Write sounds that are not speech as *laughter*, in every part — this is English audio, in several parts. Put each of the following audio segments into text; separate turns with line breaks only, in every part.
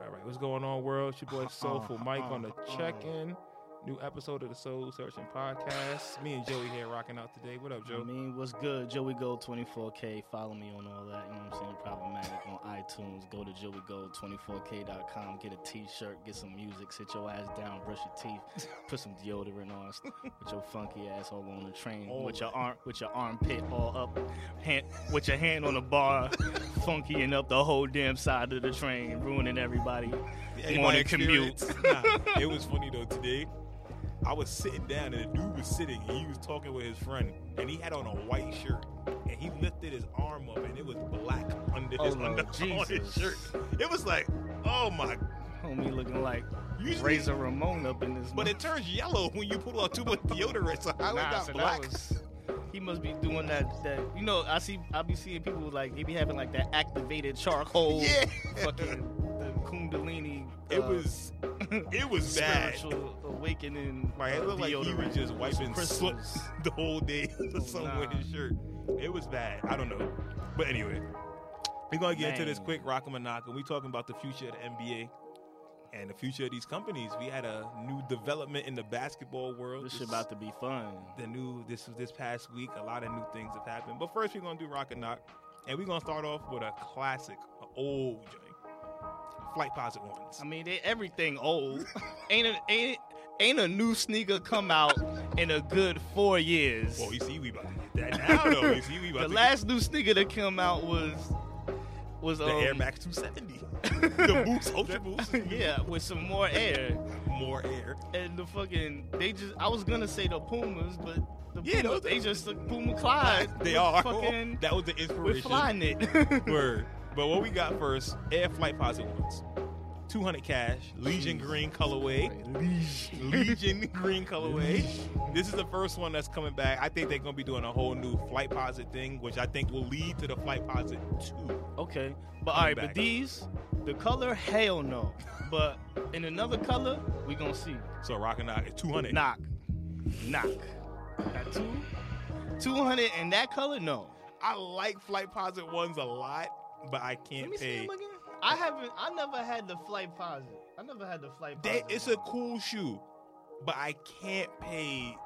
right, what's going on, world? It's
*laughs*
your boy Soulful
uh,
Mike
uh,
on the
uh.
check-in. New episode of the Soul Searching Podcast. Me and Joey here rocking out today. What up,
I
Joe?
mean, what's good? Joey Gold 24K. Follow me on all that. You know what I'm saying? Problematic on iTunes. Go to joeygold24k.com. Get a t-shirt. Get some music. Sit your ass down. Brush your teeth. Put some deodorant on. st- With your funky ass all on the train.
All
with
of
your arm, with your armpit all up. Hand, with your hand on the bar. funkying up the whole damn side of the train. Ruining everybody.
Hey, my
morning
experience-
commute.
*laughs* Nah, it was funny though today. I was sitting down and the dude was sitting and he was talking with his friend and he had on a white shirt and he lifted his arm up and it was black under his *laughs*
Oh, *laughs*
under on his
Jesus.
shirt. It was like, oh my!
Homie looking like
Usually-
Razor Ramon up in this.
But
mother-
it turns yellow when you put on too much deodorant. So how it
Nah,
got
so
black?
that was. He must be doing that. That you know, I see. I be seeing people like they be having like that activated
*laughs* *laughs*
charcoal.
yeah,
Fucking the kundalini.
it
uh,
was. *laughs* It was bad.
spiritual awakening.
Right, it
uh,
looked like he was
deodorant
just
with
wiping soot.
crystals.
*laughs* The whole day
Oh,
or something with
nah.
his shirt. It was bad. I don't know. But anyway, we're gonna get into this
Man.
quick rock and Monaco. We talking about the future of the NBA and the future of these companies. We had a new development in the basketball world.
This shit about to be fun.
the new this was this past week. A lot of new things have happened. But first, we're gonna do rock and knock, and we're gonna start off with a classic, an old joint. Flight Posit ones.
I mean, they, everything old. ain't a, ain't ain't a new sneaker come out in a good four years.
Well, you see, we about to get that now, though. You see, we about
the
to
last new sneaker that came out was was
get
um,
the Air Max
*laughs*
270, the Boost Ultra Boost.
yeah, with some
*laughs*
more air.
more air.
and the fucking they just I was gonna say the Pumas, but the
Yeah,
Puma,
those-
they just look Puma Clyde.
They
with
are.
fucking
*laughs* that was the
we're
inspiration. *laughs*
flying it. *laughs*
Word. But what we got first, Air Flight Posit ones. 200 cash, Legion
Jeez.
Green colorway. Legion Green colorway. This is the first one that's coming back. I think they're going to be doing a whole new Flight Posit thing, which I think will lead to the Flight Posit 2.
okay, but all right,
back.
but these the color hell no, but in another color we gonna see
So Rock and Knock is 200.
knock, knock. Got two, two hundred in that color no.
I like Flight Posit ones a lot, but I
Let
can't
me see
pay.
them again. I haven't. I never had the flight posit. I never had the flight
They,
posit.
it's a cool shoe, but I can't pay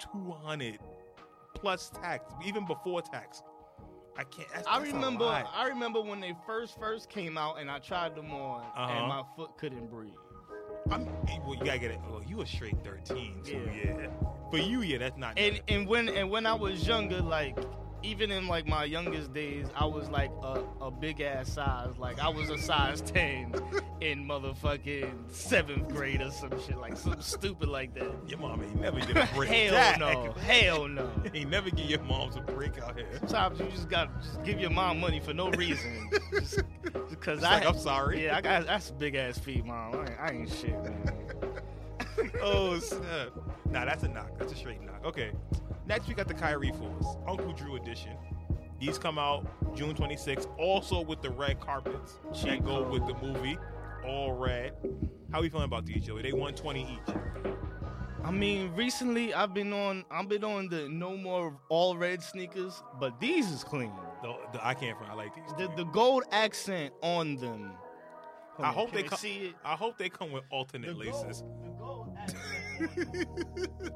two hundred plus tax, even before tax. I can't. That's,
I
that's a
remember
lot.
I remember when they first first came out and I tried them on
Uh-huh.
and my foot couldn't breathe.
I'm, well, you gotta get it. Well, you a straight thirteen, so yeah.
Yeah.
For you, yeah, that's not.
And and when and when I was younger, like even in like my youngest days, I was like a, a big ass size. Like I was a
*laughs*
size ten in motherfucking seventh grade or some shit, like some stupid like that.
your mom ain't never
*laughs*
get a break.
Hell
Jack.
no. Hell no.
*laughs* Ain't never get your mom's a break out
*laughs*
here.
Sometimes you just gotta just give your mom money for no reason. Just because
It's
I
like, I'm sorry.
Yeah, I got that's big ass feet, mom. I ain't, I ain't shit, man.
Oh snap! Nah, that's a knock. That's a straight knock. Okay. Next we got the Kyrie Fours, Uncle Drew edition. These come out June 26th, also with the red carpets that
Cheat
go
code.
with the movie, all red. How we feeling about these, Joey? They 120 each.
I mean, recently I've been on I've been on the no more all red sneakers, but these is clean.
The, the, I can't front. I like these.
The
too.
the gold accent on them.
I hope they co-
can see it.
I hope they come with alternate
*laughs* The
laces.
gold- the gold accent *laughs* on them.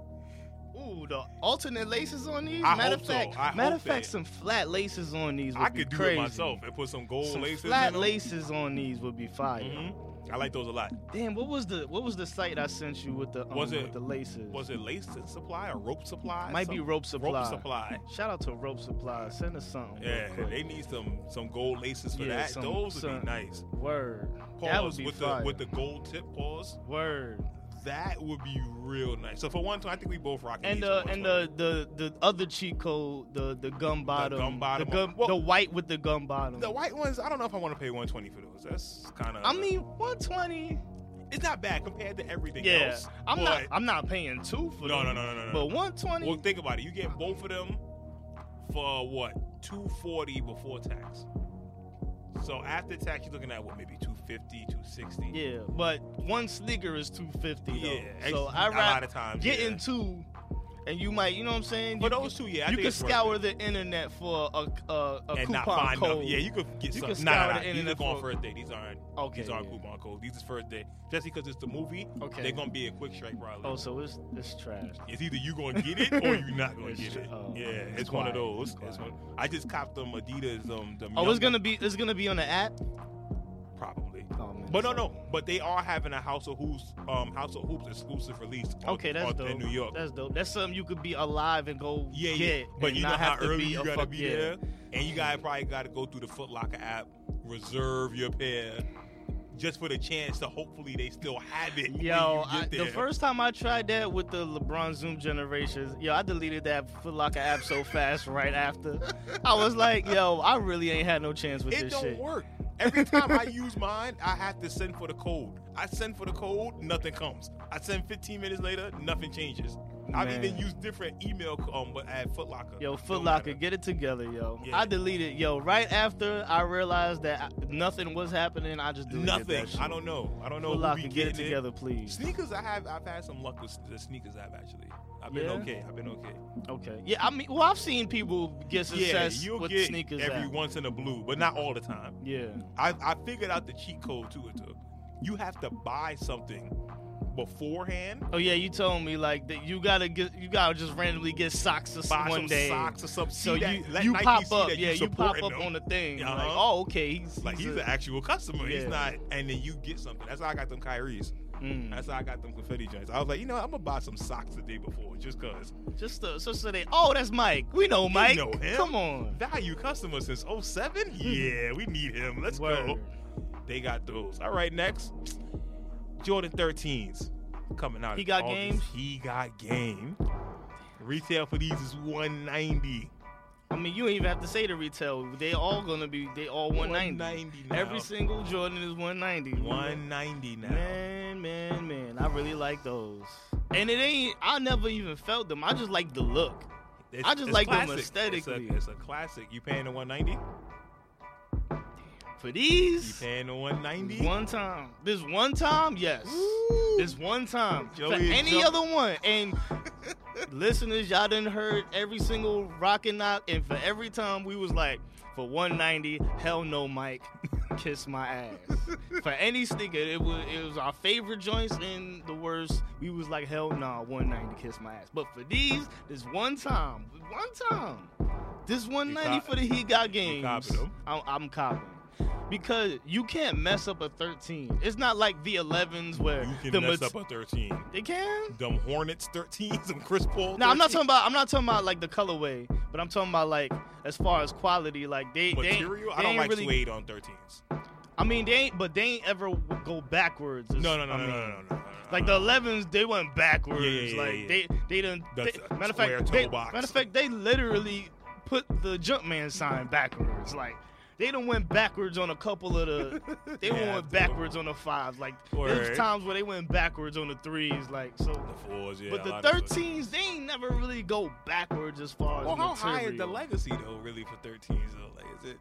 Ooh, the alternate laces on these.
I
matter
hope
of
so.
fact,
I
matter
hope
of fact,
that-
some flat laces on these. Would
I
be
could do
crazy.
it myself and put some gold
Some
laces. in
flat
them.
laces on these would be fire.
Mhm. I like those a lot.
Damn, what was the what was the site I sent you with the um,
Was it-
with the laces?
Was it lace supply or rope supply?
Might be
Some-
rope supply.
Rope supply.
Shout out to Rope Supply. Send us something. real
Yeah,
quick.
they need some some gold laces for
Yeah,
that.
some-
Those would
some-
be nice.
Word.
Pause
That would be
with
fire.
the with the gold tip paws.
Word.
That would be real nice. So for one time, I think we both rocking
And
these
uh
for
and
120.
the the the other cheat code, the the gum bottom,
gum bottom.
the, gum,
Well-
the white with the gum bottom.
the white ones. I don't know if I want to pay one twenty for those. That's kind of.
I mean, 120.
it's not bad compared to everything
Yeah,
else.
I'm not
but-
I'm not paying two for
No, no,
them.
no, no, no, no.
But 120.
Well, think about it. You get both of them for what two forty before tax. So after tax, you're looking at what maybe 250, 260.
yeah, but one sneaker is 250 though.
yeah.
so
ex-
I
a lot
rather
of times
getting
yeah.
two. and you might, you know what I'm saying?
For
You-
those two, yeah, I
you
think
can
it's worth
scour
it.
the internet for a a, a
and
coupon
not find
code.
nothing. Yeah, you could get
You
some.
can
Nah, nah,
scour
nah.
the
These are
internet
going
for-
first day. These aren't.
okay,
these aren't
yeah.
coupon codes. These is first day. Just because it's the movie,
Okay.
they're gonna be a quick strike probably.
Oh, so it's it's trash.
It's either you gonna get it or you not gonna
It's
get
tr-
it.
oh,
yeah,
it's
it's, one of
quiet,
those.
it's
It's
quiet.
one- I just copped them Adidas. Um, them
Oh, it's
young-
gonna be it's gonna be on the app.
probably.
Oh man.
But no, no. But they are having a House of Hoops, um, House of Hoops exclusive release. on-
Okay, that's
on-
dope.
Oh, in New York.
That's dope. That's something you could be alive and go
yeah,
get.
yeah. But
and
you know
not
how
have to
early
be
you
a
gotta
fuck,
be
yeah.
there, and you guys probably gotta go through the Foot Locker app, reserve your pair, just for the chance to hopefully they still have it. when
Yo,
you get
I, the
there.
first time I tried that with the LeBron Zoom generations, yo, I deleted that Foot Locker app so fast right after. I was like, yo, I really ain't had no chance with
it
this
don't
shit.
work. Every time I use mine, I have to send for the code. I send for the code, nothing comes. I send 15 minutes later, nothing changes. I've
Man.
even used different email um but at Foot Locker.
Yo,
Don't
Foot Locker,
matter.
get it together, yo.
Yeah.
I deleted, yo, right after I realized that I, nothing was happening, I just deleted
nothing.
that shit.
I don't know. I don't know
Foot
who be
Locker, get it
getting
together, please.
Sneakers, I have. I've had some luck with the sneakers app actually. I've been
Yeah?
okay. I've been okay.
Okay. Yeah, I mean, well, I've seen people get success
yeah, you'll
with
get
sneakers
every
app.
once in a blue, but not all the time.
Yeah.
I, I figured out the cheat code to it too. You have to buy something beforehand
Oh yeah, you told me like that you gotta get you gotta just randomly get socks or s-
buy
one
some
day.
socks or something.
So
See that-
you
let
you
Nike
pop
see
up,
that
yeah, you pop
supporting
up
them.
on the thing.
Yeah,
Like,
uh-huh.
oh okay, he's
Like he's an actual customer. He's
Yeah.
not, and then you get something. That's how I got them Kyrie's.
Mm.
That's how I got them confetti joints. I was like, you know, I'm gonna buy some socks the day before, just cause
just uh, so so they oh that's Mike. We know Mike.
know him.
Come on.
value customer since
*laughs*
07? Yeah, we need him. Let's go.
Word.
They got those. All right, next. Jordan 13s coming out.
He
in
got
August.
games?
He got game. Retail for these is 190.
I mean, you don't even have to say the retail. They all gonna be they all 190.
190 now.
Every single Jordan is 190.
190 now.
Man, man, man. I really like those. And it ain't I never even felt them. I just like the look.
It's-
I just
it's
like them
classic.
aesthetically.
It's a, it's a classic. You paying the 190?
For
You
these
paying the 190?
one time. This one time, yes.
Ooh.
This one time.
Joey
For
and
any
Joe-
other one. *laughs* And listeners, y'all done heard every single rock and knock. And for every time we was like, for 190, hell no, *laughs* Mike. Kiss my ass. for any sneaker, it was it was our favorite joints and the worst. We was like, hell no, nah, 190, kiss my ass. But for these, this one time, one time, this 190
cop-
for the he got games.
copping 'em?
I'm, I'm copping. Because you can't mess up a 13. It's not like the 11s where
You can
the
mess
mat-
up a 13.
they can.
Them Hornets 13, some Chris Paul.
No, I'm
13.
not talking about. I'm not talking about like the colorway, but I'm talking about like as far as quality. Like they, they ain't-
material.
they
I don't
ain't
like
really,
suede on 13s.
I mean, they ain't, but they ain't ever w- go backwards. is-
No, no, no,
I
no, no,
mean,
no, no, no, no.
Like the 11s, they went backwards.
Yeah, yeah, yeah,
like
yeah.
they, they didn't.
That's a
matter of
square
fact, they,
toe box.
matter of fact, they literally put the Jumpman sign backwards. Like they done went backwards on a couple
*laughs*
of the. They done
Yeah,
went
that's cool.
backwards on the fives. Like
Word.
there's times where they went backwards on the threes. Like so.
the fours, yeah.
But
a
the
lot of those.
13s, they ain't never really go backwards as far
Well,
as
how high is the
material.
legacy though? Really for 13s though, like is it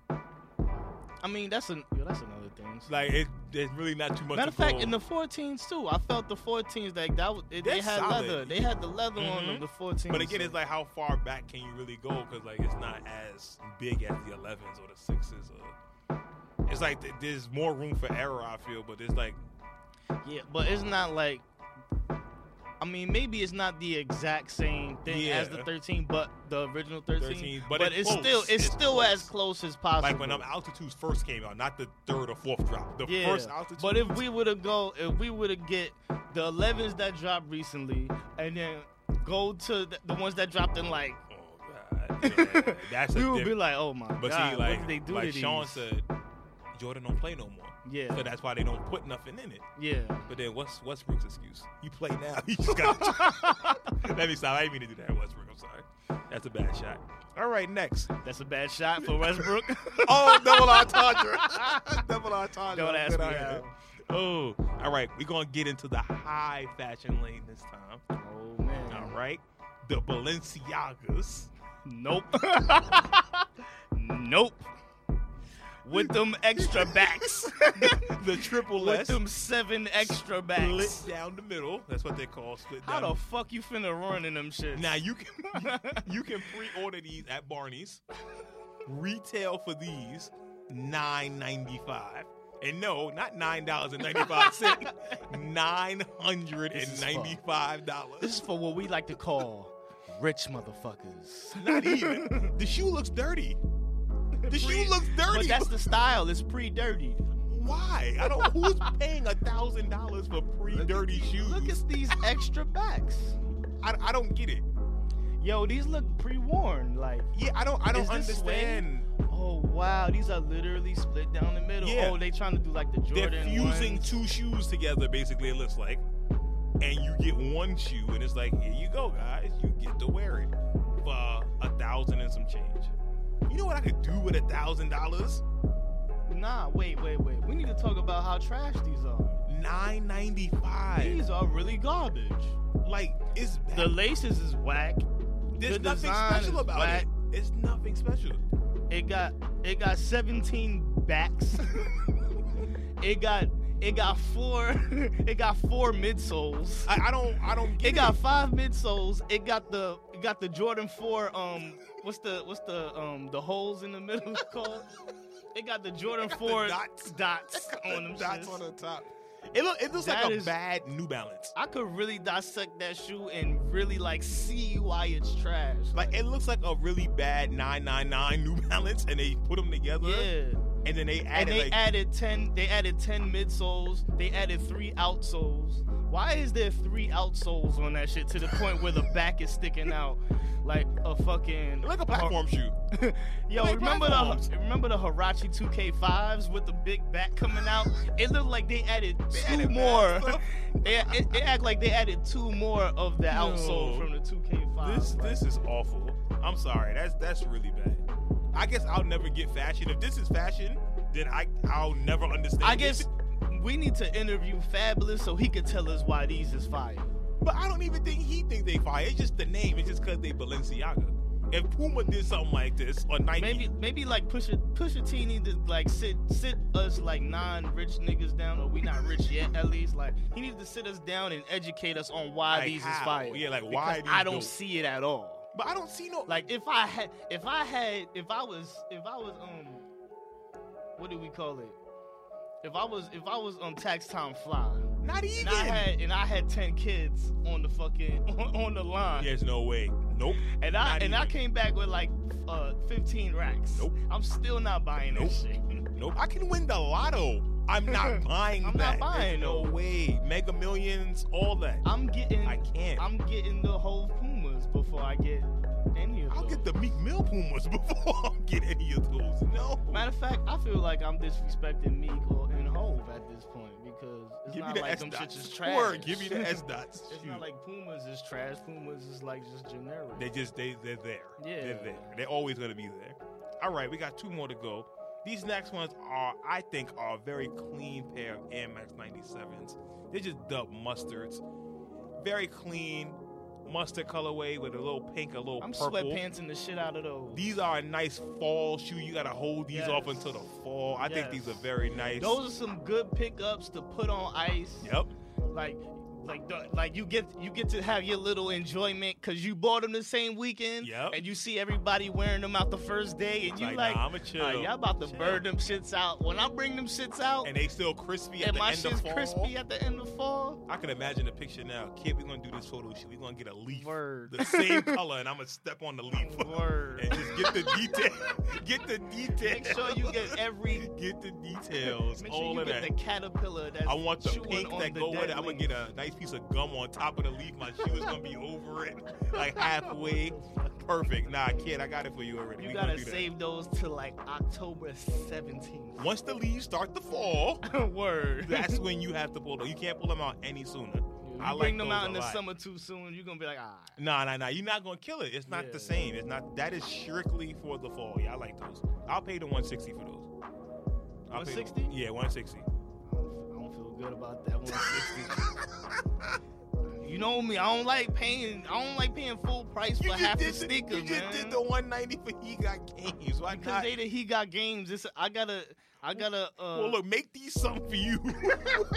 I mean, that's an yo, that's another thing.
like it? There's really not too much.
Matter
to
of fact,
go-
in the 14s too, I felt the 14s like that. was- They, they
They're
had
solid.
leather. They had the leather on them.
Mhm.
The 14s.
but again,
so-
it's like how far back can you really go? Because like it's not as big as the 11s or the sixes. Or it's like th- there's more room for error. I feel, but it's like
yeah, but it's not like. I mean, maybe it's not the exact same thing as the
Yeah.
13, but the original 13.
13, but it's
it's
close.
still it's,
It's
still
close.
as close as possible.
like when um, altitudes first came out, not the third or fourth drop. The
Yeah,
first altitude.
but if we would have go, if we would have get the 11s that dropped recently, and then go to the, the ones that dropped in like,
oh god, yeah,
*laughs*
that's a
we would
diff-
be like, oh my
But
god,
see, like
what did they do
like
to these?
Sean said, Jordan don't play no more.
yeah,
So that's why they don't put nothing in it.
yeah.
But then what's Westbrook's excuse? You play now. *laughs* You just *laughs* got. Let me stop. I didn't mean to do that, Westbrook. I'm sorry. That's a bad shot. All right, next.
That's a bad shot for Westbrook.
*laughs*
*laughs*
Oh, double entendre. *laughs* double entendre.
Don't ask
Good
me
idea.
how.
Oh, all right. We're gonna get into the high fashion lane this time.
Oh man,
All right, the
*laughs*
Balenciagas.
nope, nope. with them extra *laughs* backs,
the triple
with
S.
them seven extra
Split
backs.
down the middle. That's what they call split down.
How
the
the fuck you finna run in them shits? *laughs*
Now you can you can pre-order these at Barney's. Retail for these nine ninety five. And no, not nine dollars and ninety five
*laughs*
cents. Nine hundred and ninety five
This
dollars.
is for what we like to call rich motherfuckers. *laughs*
Not even. The shoe looks dirty. The shoe looks
But
dirty.
that's the style. It's pre-dirty.
Why? I don't. Who's paying a thousand dollars for pre-dirty shoes?
Look at these extra backs.
I, I don't get it.
Yo, these look pre-worn. Like,
Yeah, I don't. I don't
Is this
understand.
oh wow, these are literally split down the middle.
Yeah.
Oh, they trying to do like the Jordan.
They're fusing
ones.
two shoes together, basically, it looks like. And you get one shoe, and it's like, here you go, guys. You get to wear it for a thousand and some change. You know what I could do with a thousand dollars?
Nah, wait, wait, wait. We need to talk about how trash these are.
Nine ninety five.
These are really garbage.
Like it's bad.
The laces is whack.
there's
the
nothing
design
special
is
about
whack.
it. It's nothing special.
It got it got 17 backs. *laughs* it got it got four *laughs* it got four midsoles.
I, I don't. I don't get
It got five midsoles. It got the it got the Jordan 4 um what's the what's the um the holes in the
*laughs*
middle called? It got the Jordan
got the
4
dots.
dots on them
dots
shits.
on the top. It, look, it looks
That
like a
is-
bad New Balance.
I could really dissect that shoe and really like see why it's trash.
Like it looks like a really bad 999 New Balance, and they put them together,
yeah.
and then they added
and they
like
added ten. They added ten midsoles. They added three outsoles. Why is there three outsoles on that shit to the point where the back is sticking out like a fucking
like a platform *laughs* shoe.
Yo,
like
remember
platforms.
the remember the Hirachi 2K5s with the big back coming out? It looked like they added two
added
more.
mad stuff.
They it, it act like they added two more of the outsole
Yo,
from the
*laughs*
2K5.
This
like-
this is awful. I'm sorry. That's that's really bad. I guess I'll never get fashion. If this is fashion, then I I'll never understand.
I
this.
guess we need to interview Fabulous so he could tell us why these is fire.
but I don't even think he think they fire. It's just the name. It's just because they Balenciaga. If Puma did something like this or Nike,
Maybe maybe like Pusha Pusha T need to like sit sit us like non rich niggas down, or we not rich yet at least. Like he needs to sit us down and educate us on why
Like
these is
how?
fire.
Yeah, like
Because
why these
I don't
dope?
see it at all.
but I don't see no
Like if I had if I had if I was if I was um what do we call it? If I was if I was um tax time fly
not
and
even.
I had and I had ten kids on the fucking *laughs* on, on the line.
There's no way. Nope.
And I
Not
and I
even.
came back with like uh, 15 racks.
Nope.
I'm still not buying this shit. *laughs*
Nope. I can win the lotto. I'm not buying
I'm
that.
not buying
There's no
those.
way. Mega Millions, all that.
I'm getting
I can't.
I'm getting the whole Pumas before I get any of
I'll
those.
get the Meek Mill Pumas *laughs* before I get any of those. No.
Matter of fact, I feel like I'm disrespecting Meek or and Hove at this point because it's
give me
not
the
like
S
them shits is
dots.
trash.
Or give
*laughs*
me the S dots.
It's
Shoot.
not like Pumas is trash. Pumas is like just generic.
they just they they're there.
Yeah.
They're there. They're always gonna be there. All right, we got two more to go. These next ones are, I think, are a very clean pair of Air Max 97s. They're just dub mustards. Very clean mustard colorway with a little pink, a little
I'm
purple.
sweatpantsing the shit out of those.
These are a nice fall shoe. You gotta hold these off
Yes.
until the fall. I think these
Yes.
are very nice.
those are some good pickups to put on ice.
Yep.
like like the, like you get you get to have your little enjoyment because you bought them the same weekend
Yep.
and you see everybody wearing them out the first day and you
Like,
like,
nah, I'ma chill.
"Nah, y'all about to
Chill."
burn them shits out when i bring them shits out
And they still crispy at
and
the
my
end
shit's
of fall.
crispy at the end of fall
I can imagine the picture now. Kid, we're gonna do this photo shoot. We're gonna get a leaf.
Word.
The same color, and I'm gonna step on the leaf.
*laughs* word
and *laughs* just get the detail. get the detail.
make sure you get every
get the details.
make
all
sure you
of
get
that.
the caterpillar that's
I want the
chewing
pink
on
that
the
go with
dead
it. I'm gonna
leaf.
get a nice piece of gum on top of the leaf. My shoe is gonna be over it, *laughs* like halfway. Perfect. Nah, kid, I got it for you already.
you
We gonna
gotta
do that.
save those till like october 17th
Once the leaves start to fall,
*laughs* word
that's when you have to pull them. You can't pull them out any sooner.
you
I like
bring them
those
out
a
in the
lot.
summer too soon you're gonna be like ah
Nah, nah, nah. You're not gonna kill it. It's not
Yeah.
the same. It's not. That is strictly for the fall. Yeah, I like those. I'll pay the 160 for those. I'll pay-
160?
*laughs* Yeah, 160.
I don't feel good about that 160. *laughs* You know me. I don't like paying. I don't like paying full price for
You just,
half the
did the,
sneakers,
you just
man.
did the 190 for he got games. Why
Cause
not?
they the he got games. This I gotta. I gotta. Uh,
well, look, make these something for you.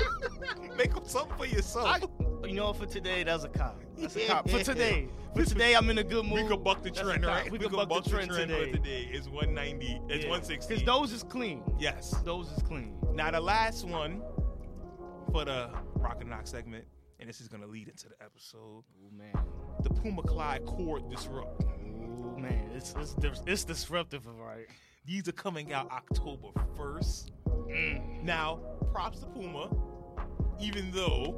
*laughs* make them something for yourself.
I- you know, for today, that's a cop. That's a
*laughs*
cop. For
Yeah.
today, for today, I'm in a good mood.
we could buck the
That's a
trend,
cop.
right?
We
could
could buck the trend today.
but today. It's 190. It's
Yeah.
160.
Cause those is clean.
yes.
Those is clean.
Now the last one for the Rock and Knock segment, and this is gonna lead into the episode.
Oh man.
The Puma Clyde Cord Disrupt.
Oh man. It's it's dis- it's disruptive, all right?
These are coming out October 1st.
Mm.
Now, props to Puma. Even though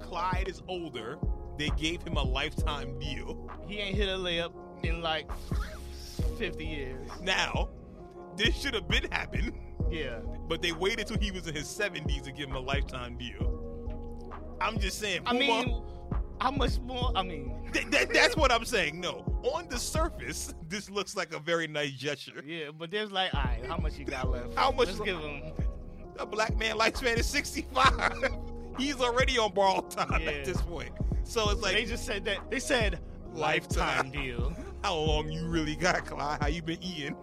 Clyde is older, they gave him a lifetime deal.
He ain't hit a layup in like 50 years.
Now, this should have been happened,
Yeah.
but they waited till he was in his 70s to give him a lifetime deal. I'm just saying,
I
Puma,
mean, how much more? I mean,
Th- that- that's what I'm saying. No, on the surface, *laughs* this looks like a very nice gesture.
yeah, but there's like, all right, how much you got left?
How much
Let's
lo-
give him.
A black man lifespan is 65. *laughs* He's already on borrowed time
Yeah.
at this point. So it's like,
they just said that. They said
Lifetime.
lifetime deal.
how long you really got, Clyde? How you been eating?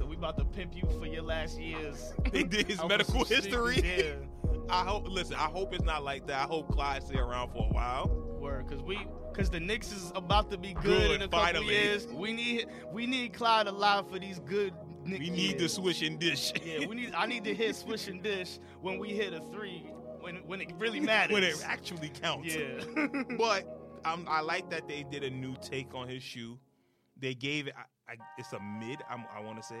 So we about to pimp you for your last years.
They did his
Over
medical
some sneakers,
history.
Yeah,
I hope. Listen, I hope it's not like that. I hope Clyde stay around for a while.
word, cause we, cause the Knicks is about to be good,
Good,
in a
finally.
couple years. We need, we need Clyde alive for these good. Knicks
We need the
years.
swish and dish.
Yeah, we need. I need to hit swish and dish when we hit a three, when when it really
*laughs*
matters.
when it actually counts.
yeah. *laughs*
But um, I like that they did a new take on his shoe. They gave it. I, I, it's a mid. I'm, I want to say.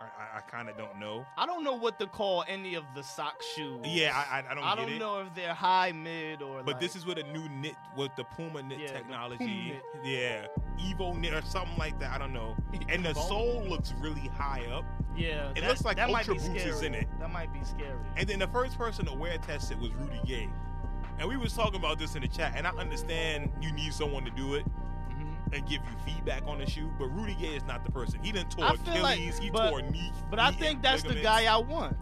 I, I, I kind of don't know.
I don't know what to call any of the sock shoes.
Yeah, I, I, I don't
I
get
don't
it.
know if they're high, mid, or.
But this is with a new knit, with the Puma knit
Yeah, the
technology.
Puma
Yeah, Evo knit or something like that. I don't know. And the
Evo.
sole looks really high up.
Yeah,
It
that-
looks like
that might
Ultra
be
Boost is
scary.
in it.
That might be scary.
And then the first person to wear test it was Rudy Gay. And we was talking about this in the chat. And I understand you need someone to do it
Mhm.
and give you feedback on the shoe. But Rudy Gay is not the person. He didn't tore
I feel like-
Achilles. he
but-
tore knee.
But I
knee
think that's the
ligaments.
guy I want.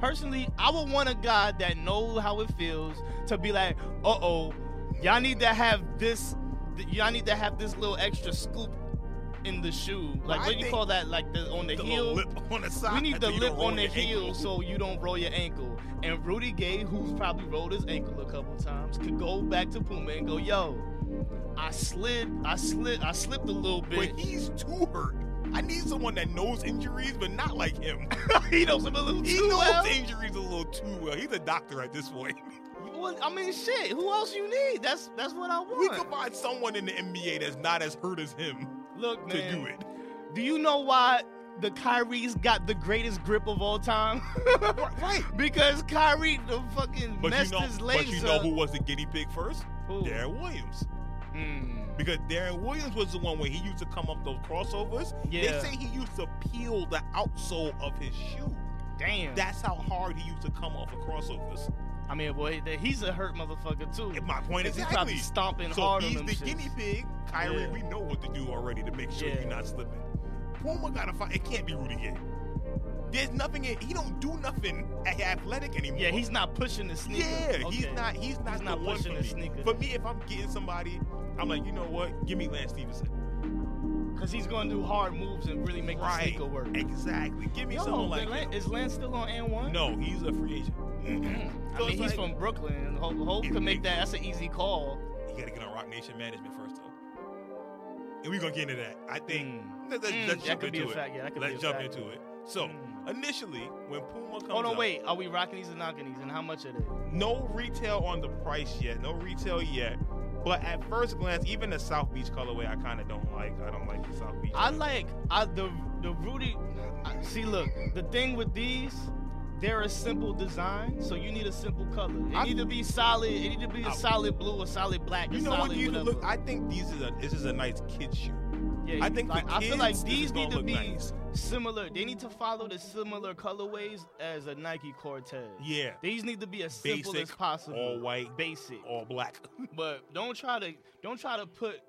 Personally, I would want a guy that knows how it feels to be like, uh oh, y'all need to have this, th- y'all need to have this little extra scoop in the shoe. Like
I
what do you
think
call that? Like the on the,
The
heel.
little lip on the side.
We need
so
the
you
lip
don't roll
on the
your
heel
ankle.
so you don't roll your ankle. And Rudy Gay, who's probably rolled his ankle a couple times, could go back to Puma and go, yo, I slid, I slid, I slipped a little
But
bit.
he's too hurt. I need someone that knows injuries, but not like him.
*laughs* *laughs* he knows him a little
He
too
knows
well.
injuries a little too well. He's a doctor at this point. *laughs*
Well, I mean, shit. Who else you need? That's that's what I
We
want.
could find someone in the NBA that's not as hurt as him
Look,
to
man.
do
*laughs*
it.
Do you know why the Kyrie's got the greatest grip of all time? *laughs*
Right.
because Kyrie the fucking
But
messed
you know,
his legs
but you know
up.
who was the guinea pig first?
Who?
Darren Williams.
Mm.
Because Darren Williams was the one where he used to come up those crossovers.
Yeah.
They say he used to peel the outsole of his shoe.
Damn.
That's how hard he used to come off of crossovers.
I mean, boy, that- he's a hurt motherfucker too.
And my point
'Cause
exactly.
He's Hmm. probably stomping
so
hard
he's
on them
the
shits.
guinea pig. Kyrie,
Yeah.
we know what to do already to make sure
Yeah.
you're not slipping. Puma gotta find. It can't be Rudy Gay. There's nothing. In, he don't do nothing at athletic anymore.
Yeah, he's not pushing the sneaker.
Yeah, he's
Okay.
not. He's not
He's
the
not
one
pushing
for
the
me.
sneaker.
For me, if I'm getting somebody, I'm like, you know what? Give me Lance Stevenson.
Cause he's gonna do hard moves and really make the
right.
sneaker work.
Exactly. Give me
Yo,
someone like
did Lan-
him.
is Lance still on N one?
No, he's a free agent.
Mm. I
So
mean,
it's
he's
like-
from Brooklyn. and Hope, Hope can make that. That's an easy call.
You gotta get on Rock Nation management first, though. And we're gonna get into that. I think. Let's, let's
Mm,
jump
that could be
into
a
it.
fact. Yeah, that could
Let's
be a
jump
fact.
into it. So
Mm.
initially, when Puma comes,
Hold on,
up,
wait. Are we rocking these and knocking these? And how much are they?
No retail on the price yet. No retail yet. But at first glance, even the South Beach colorway, I kind of don't like. I don't like the South Beach.
I
colorway.
like I, the the Rudy. I, see, look, the thing with these, they're a simple design, so you need a simple color. It
I-
need to be solid. It need to be
I-
a solid blue, a solid black,
You
a
know
solid
what? These
whatever.
look. I think these is a. This is a nice kid shoe.
yeah,
I
you-
think
like,
for
I feel like
kids, this is
these need
gonna
to
look
be
nice.
similar. They need to follow the similar colorways as a Nike Cortez.
Yeah.
These need to be as simple
Basic,
as possible.
All white,
basic.
all black.
But don't try to don't try to put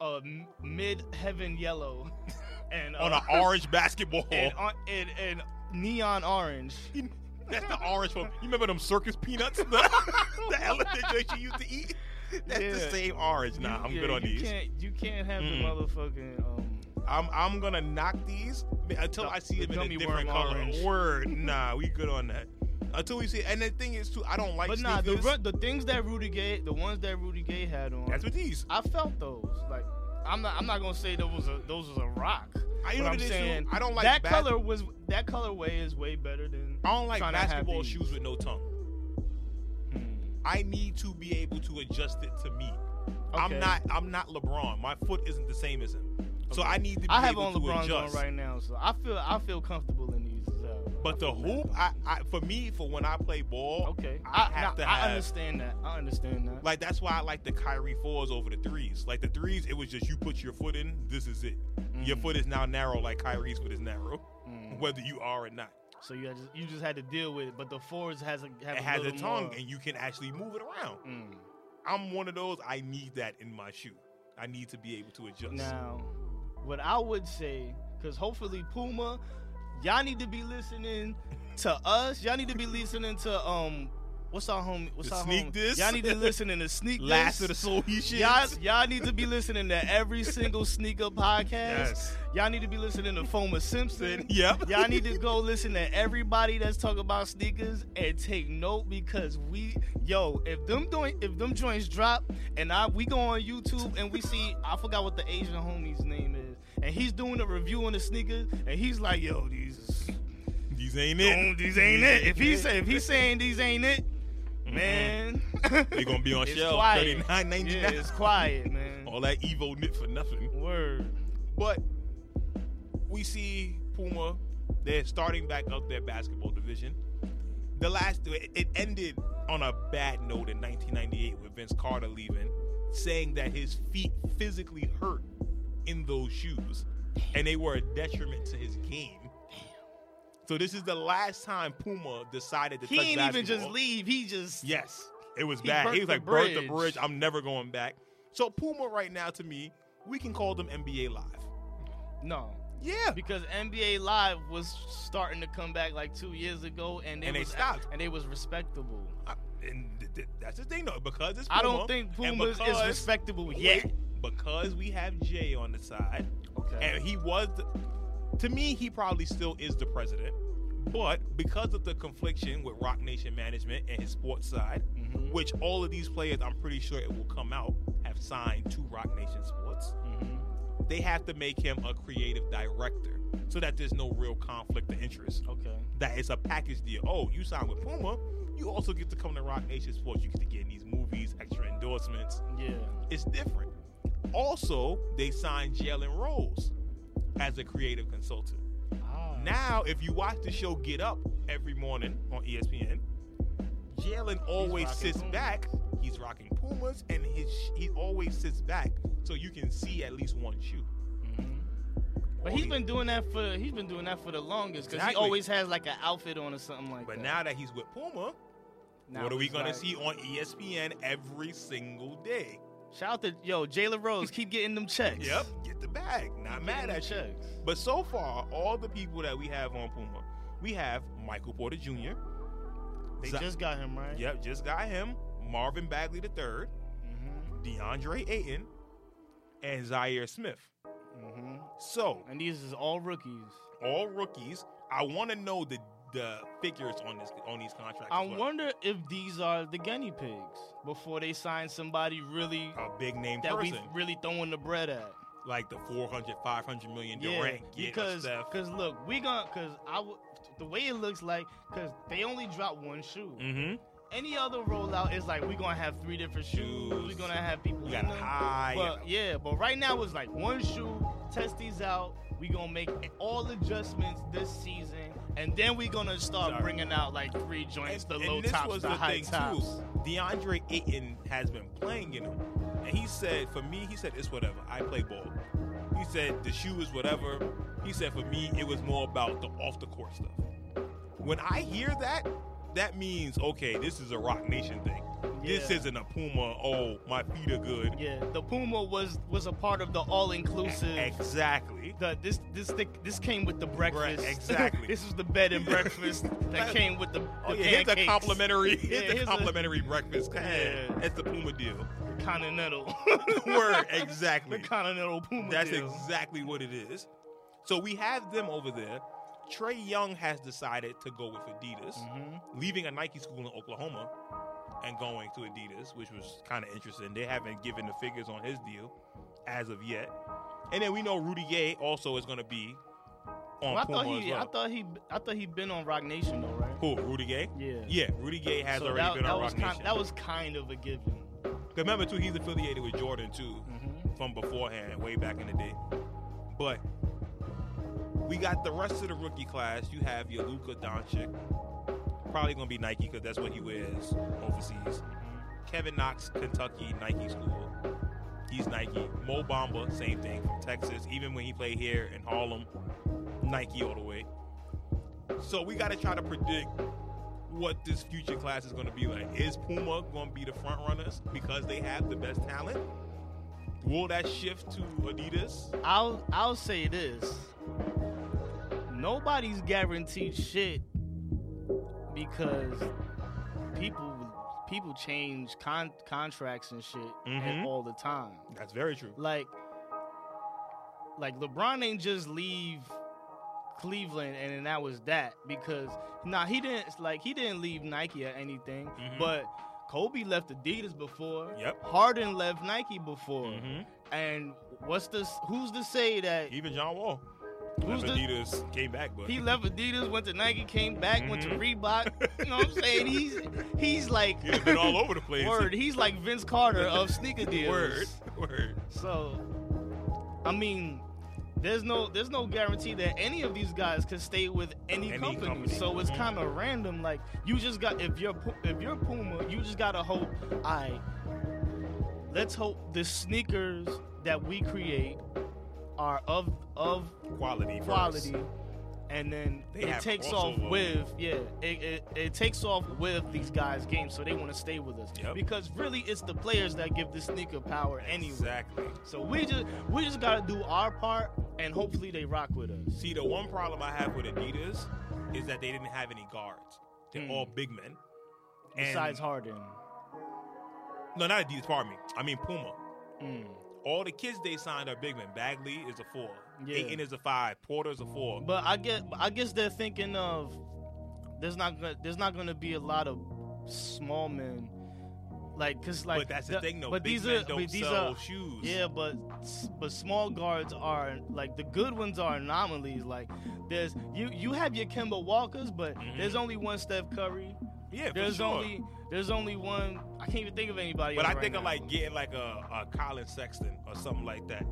a m- mid heaven yellow *laughs* and
on
uh,
an orange basketball.
*laughs* and, on- and, and neon orange.
*laughs* That's the orange one. You remember them circus peanuts? The, the elephant that you used to eat? That's
Yeah.
the same orange. Nah,
You-
I'm
yeah,
good on
you
these. Mm.
Can't, you can't have
Mm-mm.
the motherfucking. Um,
I'm I'm gonna knock these until
The-
I see
the
them in
gummy
a different
worm
color.
orange.
Word,
*laughs*
nah, we good on that. Until we see, and the thing is too, I don't like.
but nah, the
sneakers.
ru- the things that Rudy Gay, the ones that Rudy Gay had on,
That's what these.
I felt those. Like, I'm not I'm not gonna say those was a those was a rock.
I you know
But
what
I'm
it is, too?
saying,
I don't like
that
bas-
color was that colorway is way better than.
I don't like
trying to have
basketball
these.
shoes with no tongue. I need to be able to adjust it to me.
Okay.
I'm not. I'm not LeBron. My foot isn't the same as him, so
Okay.
I need to be
I have
able
on
to
LeBron's on
adjust.
right now, so I feel I feel comfortable in these. as hell.
But the hoop, I, I for me, for when I play ball,
okay,
I
I,
have
nah,
to
I
have-
understand that. I understand that.
Like that's why I like the Kyrie fours over the threes. Like the threes, it was just you put your foot in. This is it. Your
Mm,
foot is now narrow, like Kyrie's foot is narrow,
mm.
whether you are or not.
So you had just you just had to deal with it, but the fours has a have
it has a
little
tongue,
More,
and you can actually move it around.
Mm.
I'm one of those. I need that in my shoe. I need to be able to adjust.
Now, what I would say, because hopefully Puma, y'all need to be listening to us. Y'all need to be listening to um, what's our home? What's
The
our
Sneak
home?
Diss?
Y'all need to listen to sneak
Last
Diss.
of the soul he shit.
Y'all, y'all need to be listening to every single sneaker podcast.
Yes.
Y'all need to be listening to Foma Simpson.
Yep.
Y'all need to go listen to everybody that's talking about sneakers and take note because we, yo, if them doing, if them joints drop, and I we go on YouTube and we see, I forgot what the Asian homie's name is, and he's doing a review on the sneakers, and he's like, yo, these, is-
These ain't
don't-
it.
these ain't it. If he say, if he's saying these ain't it, man,
They're Mm-hmm.
*laughs*
gonna be on
It's
shelf.
quiet.
Thirty nine ninety
yeah,
nine.
it's quiet, man.
All that Evo knit for nothing.
Word.
But we see Puma, they're starting back up their basketball division. The last it it ended on a bad note in 1998 with Vince Carter leaving, saying that his feet physically hurt in those shoes, and they were a detriment to his game. So this is the last time Puma decided to
He
touch
ain't even just
basketball.
leave. He just
Yes, it was
He
bad.
burnt
He was
the
like, burnt the
bridge."
bridge. I'm never going back. So Puma, right now, to me, we can call them NBA Live.
no.
Yeah,
because NBA Live was starting to come back like two years ago, and they,
And they
was,
stopped.
and they was respectable.
I- and th- th- that's the thing though, because it's Puma,
I don't think
and
Pumas is
because-
respectable
yeah,
yet.
because we have Jay on the side,
Okay.
and he was, the, to me, he probably still is the president, but because of the confliction with Rock Nation management and his sports side,
Mhm,
which all of these players, I'm pretty sure it will come out, have signed to Rock Nation Sports,
mhm.
they have to make him a creative director so that there's no real conflict of interest.
Okay.
that it's a package deal. Oh, you sign with Puma, you also get to come to Rock Nation Sports. You get to get in these movies, extra endorsements.
Yeah.
It's different. Also, they signed Jalen Rose as a creative consultant.
Ah.
Now, if you watch the show Get Up every morning on E ESPN, Jalen always
rocking
sits
Pumas.
back. He's rocking Pumas, and his he always sits back, so you can see at least one shoe.
Mhm. But
All
he's
he-
been doing that for he's been doing that for the longest because
Oh, Exactly.
he always has like an outfit on or something like
But
that.
now that he's with Puma,
Now
what are we
it's
gonna
like-
see on E ESPN every single day?
Shout out to yo Jalen Rose, keep getting them checks.
Yep, get the bag. Not
Keep
mad
getting them
at you.
checks.
But so far, all the people that we have on Puma, we have Michael Porter Jr.
They
Zi-
just got him right.
Yep, just got him. Marvin Bagley III,
Mhm,
DeAndre Ayton, and Zaire Smith.
mhm.
So
And these is all rookies.
all rookies. I want to know the the figures on this on these contracts.
I
as well.
wonder if these are the guinea pigs before they sign somebody really
a big name
that we
Oh, person
really throwing the bread at.
like the 400, 500 million
Yeah,
Durant, yeah,
because
Steph.
because look, we gonna because I w- the way it looks like because they only drop one shoe.
Mm-hmm.
Any other rollout is like we gonna have three different shoes. We
Shoes.
gonna have people.
You
in
got a
them.
high.
But yeah, but right now it's like one shoe. Test these out. We gonna make all adjustments this season, and then we gonna start
Sorry.
bringing out like three joints,
And-
the
and
low
this
tops,
was
the,
the
high
thing, too.
tops.
DeAndre Ayton has been playing in them. And he said, for me, he said, it's whatever. I play ball. He said, the shoe is whatever. He said, for me, it was more about the off the court stuff. When I hear that, that means okay, this is a Rock Nation thing. This
Yeah.
isn't a Puma. Oh, my feet are good.
Yeah, the Puma was was a part of the all inclusive.
Exactly.
The, this this thing, this came with the breakfast.
exactly.
*laughs* this was the
*laughs*
bed and breakfast that
Right.
came with the.
Oh, *laughs* yeah, here's a
pancakes.
complimentary. Here's
Yeah,
the
here's a-
complimentary breakfast. Go ahead.
Yeah.
That's the Puma *laughs* deal.
Continental. *laughs*
Word.
the
Exactly.
continental Puma.
That's
deal.
exactly what it is. So we have them over there. Trey Young has decided to go with Adidas,
Mhm.
leaving a Nike school in Oklahoma and going to Adidas, which was kind of interesting. They haven't given the figures on his deal as of yet. And then we know Rudy Gay also is going to be on
Well, I
Puma
thought he,
as well.
I thought he, I thought he'd been on Rock Nation though, right?
Who? Rudy Gay?
Yeah.
Yeah, Rudy Gay has
So
already
that,
been
that
on
was
Rock
kind,
Nation.
That was kind of a given.
Remember too, he's affiliated with Jordan too
Mhm.
from beforehand, way back in the day. But we got the rest of the rookie class. You have your Luka Doncic, probably gonna be Nike because that's what he wears overseas. Kevin Knox, Kentucky, Nike school. He's Nike. Mo Bamba, same thing from Texas. Even when he played here in Harlem, Nike all the way. So we gotta try to predict what this future class is gonna be like. Is Puma gonna be the front runners because they have the best talent? Will that shift to Adidas?
I'll, I'll say this. Nobody's guaranteed shit because people, people change con- contracts and shit
Mhm.
all the time.
That's very true.
Like, like LeBron ain't just leave Cleveland and then that was that because nah he didn't like he didn't leave Nike or anything,
Mhm.
but Kobe left Adidas before.
Yep.
Harden left Nike before.
Mhm.
And what's this? Who's to say that
Even John Wall.
Who's
left
the-
Adidas came back, but
he left Adidas, went to Nike, came back, went to
Mhm.
Reebok? You know what I'm
*laughs*
saying? He's he's like
he'd have been all over the place.
*laughs* word. He's like Vince Carter of sneaker deals.
*laughs* Word. Word.
So, I mean, there's no there's no guarantee that any of these guys could stay with any,
Any
company.
company.
So it's
Mhm.
kind of random. Like you just got if you're Pu- if you're Puma, you just gotta hope. I let's hope the sneakers that we create are of of
Quality. first.
quality. And then
They
it
have
takes off
crossover.
with yeah, it, it, it takes off with these guys' games, so they want to stay with us
Yep.
because really it's the players that give the sneaker power anyway.
Exactly.
So we just we just gotta do our part, and hopefully they rock with us.
See, the one problem I have with Adidas is that they didn't have any guards. They're
Hmm.
all big men. And-
Besides Harden,
no, not Adidas. Pardon me. I mean Puma.
Mm.
All the kids they signed are big men. Bagley is a four.
Yeah.
Aiton is a five. Porter is a four.
but I get I guess they're thinking of there's not gonna there's not gonna be a lot of small men like cause like
but that's the, thing, though.
But
big
these
men
are
don't
but these
sell
are
shoes.
yeah, but but small guards are like the good ones are anomalies. Like there's you you have your Kimba Walkers, but
Mhm.
there's only one Steph Curry.
yeah. for
There's
sure.
only there's only one. I can't even think of anybody.
But
else
I
right
think
now.
of like getting like a, a Colin Sexton or something like that.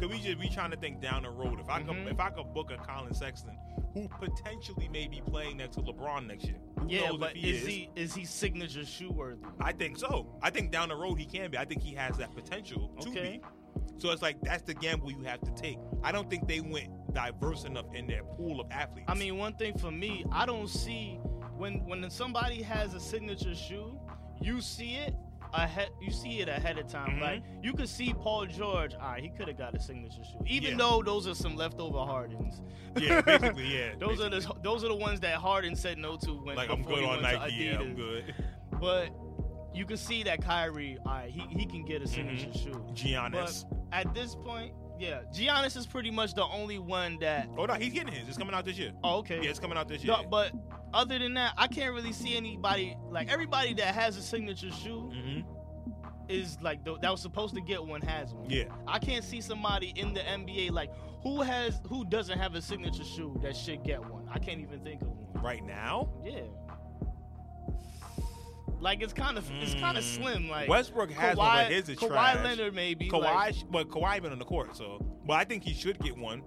Cause we just we trying to think down the road. If I could
Mhm.
if I could book a Colin Sexton who potentially may be playing next to LeBron next year. Who
Yeah,
knows
but
if he
is,
is?
he is he signature shoe worthy?
I think so. I think down the road he can be. I think he has that potential to
Okay.
be. So it's like that's the gamble you have to take. I don't think they went diverse enough in their pool of athletes.
I mean, one thing for me, I don't see when when somebody has a signature shoe, you see it ahead. You see it ahead of time.
Mhm.
Like you could see Paul George. All right, he could have got a signature shoe, even
Yeah.
though those are some leftover Hardens.
*laughs* yeah, basically, yeah.
*laughs* Those are
basically.
the those are the ones that Harden said no to when
like I'm
before
good
he
on
went to
Nike. Yeah, I'm
Adidas.
good. *laughs*
But you can see that Kyrie, all right, he he can get a
Mm-hmm.
signature shoe.
Giannis.
At this point, yeah, Giannis is pretty much the only one that.
oh no, he's getting his. It's coming out this year.
Oh, okay.
Yeah, it's coming out this year.
No, but other than that, I can't really see anybody like everybody that has a signature shoe
hmm
is like th- that was supposed to get one has one.
Yeah.
I can't see somebody in the NBA like who has who doesn't have a signature shoe that should get one. I can't even think of one.
Right now,
Yeah. Like it's kind of it's kind
Mm.
of slim. Like
Westbrook has one, but his is
Kawhi
trash.
Leonard maybe.
Kawhi,
like-
but Kawhi been on the court, so. But I think he should get one.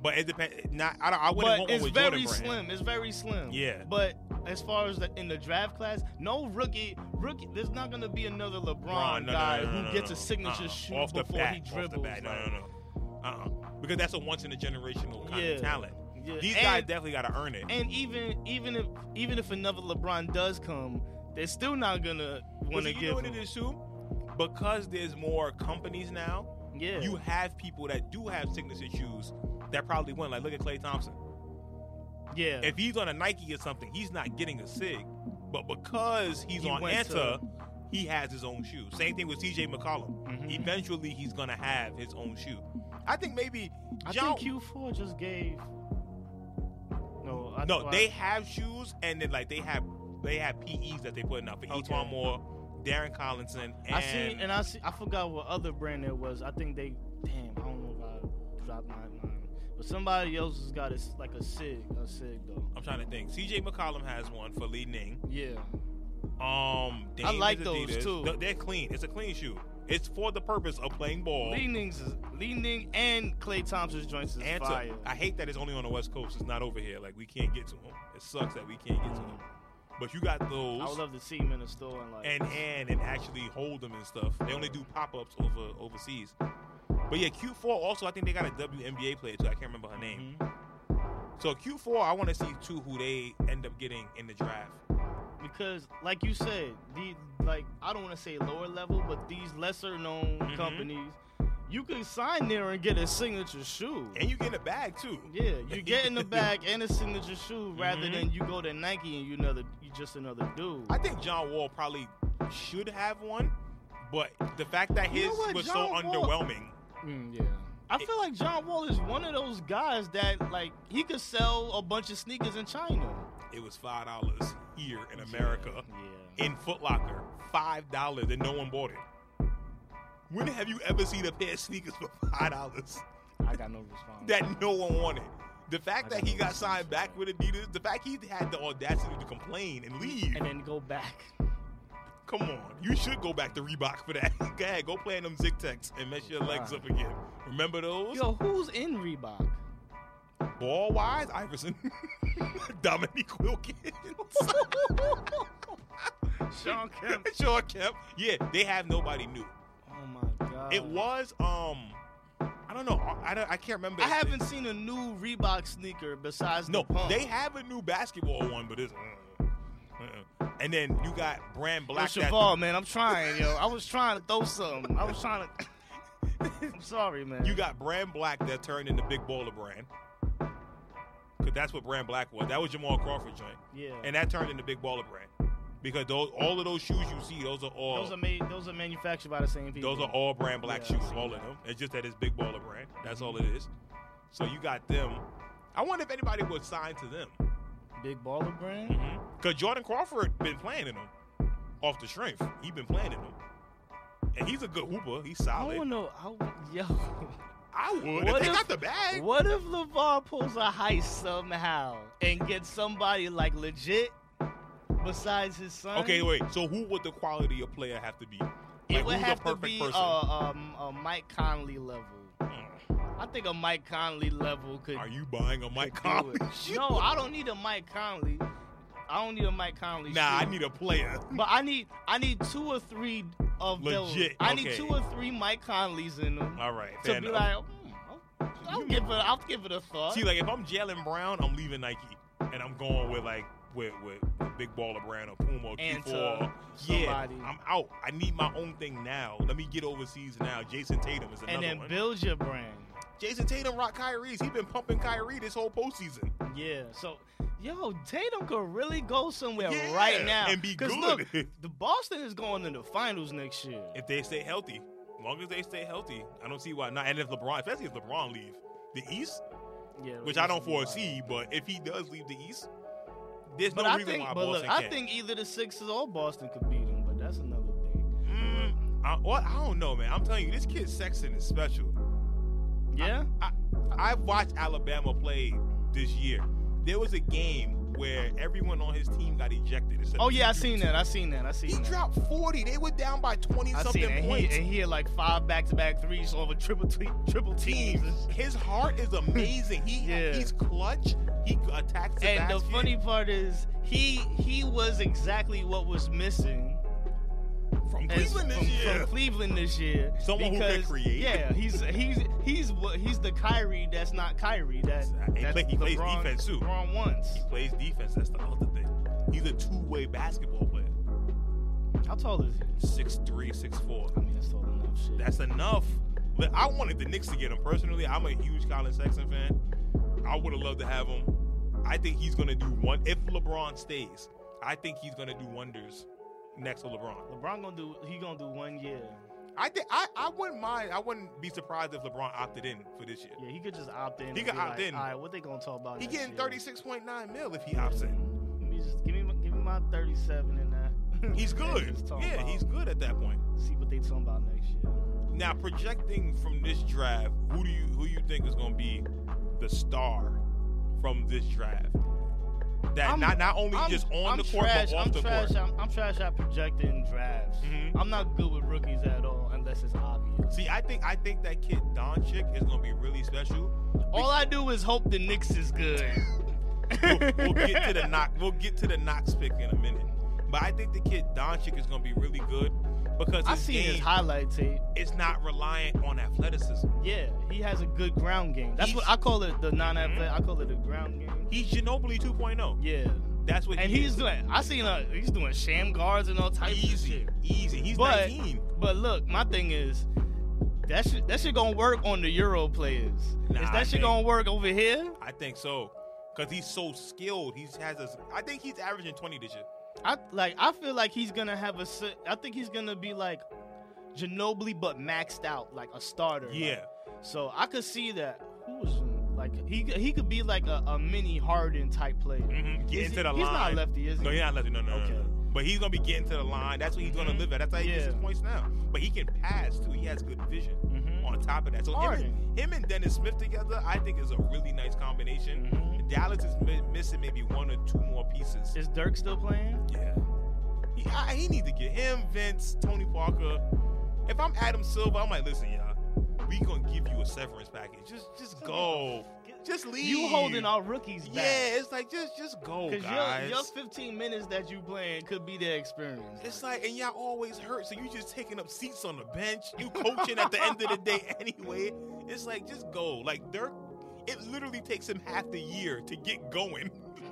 But it depends. Not, I, don't, I wouldn't
but
want
it's
one with
very
Jordan Brand.
slim. It's very slim.
Yeah.
But as far as the, in the draft class, no rookie, rookie. There's not gonna be another LeBron
Bron, no, no,
guy
no, no,
who
no, no,
gets
no.
a signature
Uh-uh.
shoot
off the
before
bat,
he
Off the
dribbles.
bat.
like-
No, no, no. Uh-uh. Because that's a once in a generational kind of
Yeah.
talent.
Yeah,
These
and-
guys definitely got to earn it.
And even even if even if another LeBron does come, they're still not gonna
But
want to
you know
give
what
him.
it is too? Because there's more companies now,
Yeah,
you have people that do have sickness issues that probably win. Like look at Clay Thompson.
yeah.
If he's on a Nike or something, he's not getting a sig. But because he's
He
on
went
Anta, he has his own shoe. Same thing with CJ McCollum.
Mhm.
Eventually, he's gonna have his own shoe. I think maybe
I
John.
think Q4 just gave. No, I,
no,
I-
they have shoes, and then like they have they have PEs that they putting out for
Okay.
Etwan Moore, Darren Collinson, and
I seen and I see. I forgot what other brand it was. I think they. Damn, I don't know if I dropped my mind, but somebody else has got a s like a sig, a sig though.
I'm trying to think. CJ McCollum has one for Lee Ning.
Yeah,
Um,
I
Dame's
like those,
Adidas.
too.
Th- They're clean. It's a clean shoe. It's for the purpose of playing ball.
Leaning's is Leaning and Clay Thompson's joints is
And to-
fire.
I hate that it's only on the West Coast. It's not over here. Like we can't get to them. It sucks that we can't get to them. But you got those,
Mm. I would love to see him in the store and like.
and and and actually hold them and stuff. They only do pop ups over overseas. But yeah, Q4 also. I think they got a WNBA player too. I can't remember her name.
Mhm.
So Q4, I want to see too who they end up getting in the draft.
because like you said the like i don't want to say lower level but these lesser known
Mhm.
companies you can sign there and get a signature shoe
And you get a bag too. *laughs*
yeah you get in the bag and a signature shoe rather
Mhm.
than you go to nike and you another you just another dude
I think John Wall probably should have one, but the fact that
You
his
know what,
was so
John Wall-
underwhelming.
Mm, yeah I feel like John Wall is one of those guys that like he could sell a bunch of sneakers in China.
It was five dollars here in America
Yeah.
in Foot Locker, five dollars, and no one bought it. When have you ever seen a pair of sneakers for five dollars
I got no response.
that no one wanted? The fact
I
that
got
he
no
got
sense
signed
for
back
that.
with Adidas, the fact he had the audacity to complain and leave.
and then go back.
Come on, you should go back to Reebok for that. *laughs* go ahead, go play in them Zig Techs and mess your legs up again. Remember those?
Yo, who's in Reebok?
Ball wise, Iverson, *laughs* Dominique
*laughs*
Wilkins, *laughs*
*laughs* Sean Kemp.
Sean Kemp. Yeah, they have nobody new.
Oh my god.
It was um, I don't know. I, I don't- I can't remember.
I
if they-
haven't seen a new Reebok sneaker besides
No,
the pump.
they have a new basketball one, but it's. uh, uh, uh. And then you got Brand
Yo,
Black. that-
Siobhan, man, I'm trying, yo. I was trying to throw something. I was trying to. *laughs* I'm sorry, man.
You got Brand Black that turned into Big Baller Brand. Cause that's what Brand Black was. That was Jamal Crawford joint,
yeah.
and that turned into Big Baller Brand. Because those, all of those shoes you see, those are all
those are made. Those are manufactured by the same people.
Those are all brand black
Yeah, Mm-hmm. I
shoes,
see
all
that.
of them. It's just that it's Big Baller brand. That's all it is. So you got them. I wonder if anybody would sign to them.
Big Baller Brand.
Mm-hmm. Cause Jordan Crawford been playing in them off the strength. He been playing in them, and he's a good hooper. He's
I
solid.
don't know. I, would- yo,
I would. If
What
they
if-
got the bag.
what if LeVar pulls a heist somehow and gets somebody like legit besides his son?
Okay, wait. So who would the quality of player have to be?
it
Like, who's
would
the
have to
perfect
be
person?
uh, um, a Mike Conley level.
Mm.
I think a Mike Conley level could.
Are you buying a Mike
could *laughs* do
Conley?
it.
shoe?
No, I don't need a Mike Conley. I don't need a Mike Conley.
Nah, I
shoe.
need a player.
But I need I need two or three of those.
Legit,
I need
okay.
two or three Mike Conleys in them
All right.
to
fair
be
enough.
like, mm, I'll, I'll
You-
give it. I'll give it a thought.
See, like if I'm Jalen Brown, I'm leaving Nike and I'm going with like with with, with Big Baller Brand or Puma or
And
Q4.
to
Yeah,
somebody.
I'm out. I need my own thing now. Let me get overseas now. Jason Tatum is another
and then
one.
build your brand.
Jason Tatum rock Kyrie's. He been pumping Kyrie this whole postseason.
Yeah. So, yo, Tatum could really go somewhere
Yeah,
right now
and be
'Cause
good.
Look, the Boston is going to the finals next year.
*laughs* if they stay healthy, long as they stay healthy, I don't see why not. And if LeBron, especially if LeBron leave the East,
Yeah,
which I don't
that's wild.
foresee, but if he does leave the East, there's
But
no
I
reason
think,
why
but
Boston
look,
can't.
I think either the Sixers or Boston could beat them. But that's another thing.
Mm, I, well, I don't know, man. I'm telling you, this kid Sexton is special.
Yeah.
I've watched Alabama play this year. There was a game where everyone on his team got ejected. except
Oh yeah, I
Duke.
seen that. I seen that. I seen
He
that.
dropped 40. They were down by 20
I seen
something
it. And he,
points.
and he had like five back-to-back threes over triple te- triple teams.
Team, his heart is amazing. *laughs* He
Yeah.
he's clutch. He attacks the
And the
basket.
funny part is, he he was exactly what was missing
from Cleveland
from,
this year.
From Cleveland this year.
Someone who can
because,
create.
Yeah, he's he's he's what he's the Kyrie that's not Kyrie. That
He
that's
play- he plays
LeBron-
defense, too.
LeBron wants.
He plays defense. That's the other thing. He's a two-way basketball player.
How tall is he?
Six three, six four.
I mean, that's tall enough. Shit.
That's enough. But I wanted the Knicks to get him personally. I'm a huge Colin Sexton fan. I would have loved to have him. I think he's gonna do one if LeBron stays. I think he's gonna do wonders next to LeBron.
LeBron gonna do. He gonna do one year.
I think I, I wouldn't mind. I wouldn't be surprised if LeBron opted in for this year.
Yeah, he could just opt in.
He
and
could
be
opt
like,
in.
All right, what they gonna talk about?
He getting
next year?
36.9 mil if he opts in.
Let me just give me my- give me my thirty-seven and that.
*laughs* He's
And
good.
just talk
Yeah,
about-
he's good at that point.
See what they talking about next year.
Now projecting from this draft, who do you who you think is gonna be the star from this draft? That
I'm-
not not only just on
I'm
the court
trash,
but off
I'm
the
trash,
court.
I'm, I'm trash at projecting drafts.
Mhm.
I'm not good with rookies at all unless it's obvious.
See, I think I think that kid Doncic is gonna be really special.
All I do is hope the Knicks is good.
*laughs* We'll, we'll get
*laughs*
to the knock. We'll get to the Knox pick in a minute. But I think the kid Doncic is gonna be really good because
I
his
seen his
game
highlight tape.
is not reliant on athleticism.
Yeah, he has a good ground game. That's what
He's- Mm-hmm.
I call it. The non-athletic. I call it the ground game.
He's Ginobili 2.0.
Yeah,
That's what.
and
he
he's
is.
doing. I seen a, he's doing sham guards and all types of
easy,
shit.
easy. He's
But-
19.
But look, my thing is that shit, that shit gonna work on the Euro players.
Nah,
is
I
that shit
think-
gonna work over here?
I think so, because he's so skilled. He has a. I think he's averaging twenty this year.
I like. I feel like he's gonna have a. se- I think he's gonna be like Ginobili, but maxed out, like a starter. like.
Yeah,
so I could see that. Who was like he? He could be like a, a mini Harden type player.
mm-hmm.
Is
getting
he-
to the
he's
line.
not lefty, is he?
no, he's not lefty. No, no, no,
Okay.
no. But he's gonna be getting to the line. That's what he's gonna
Mhm.
live at. That's how he gets
Yeah.
his points now. But he can pass too. He has good vision.
Mhm.
On top of that, so him
Harden.
and, him and Dennis Smith together, I think is a really nice combination.
Mhm.
Dallas is mi- missing maybe one or two more pieces.
Is Dirk still playing?
Yeah. He, I, he need to get him, Vince, Tony Parker. If I'm Adam Silver, I'm like, listen, y'all, we gonna give you a severance package. Just, just go. Just leave.
You holding our rookies back?
Yeah, it's like just, just go,
Because
Oh, guys.
your, your 15 minutes that you playing could be their experience.
it's like, and y'all always hurt, so you just taking up seats on the bench. You coaching at the end of the day *laughs* anyway. It's like, just go. Like Dirk, it literally takes him half the year to get going, *laughs*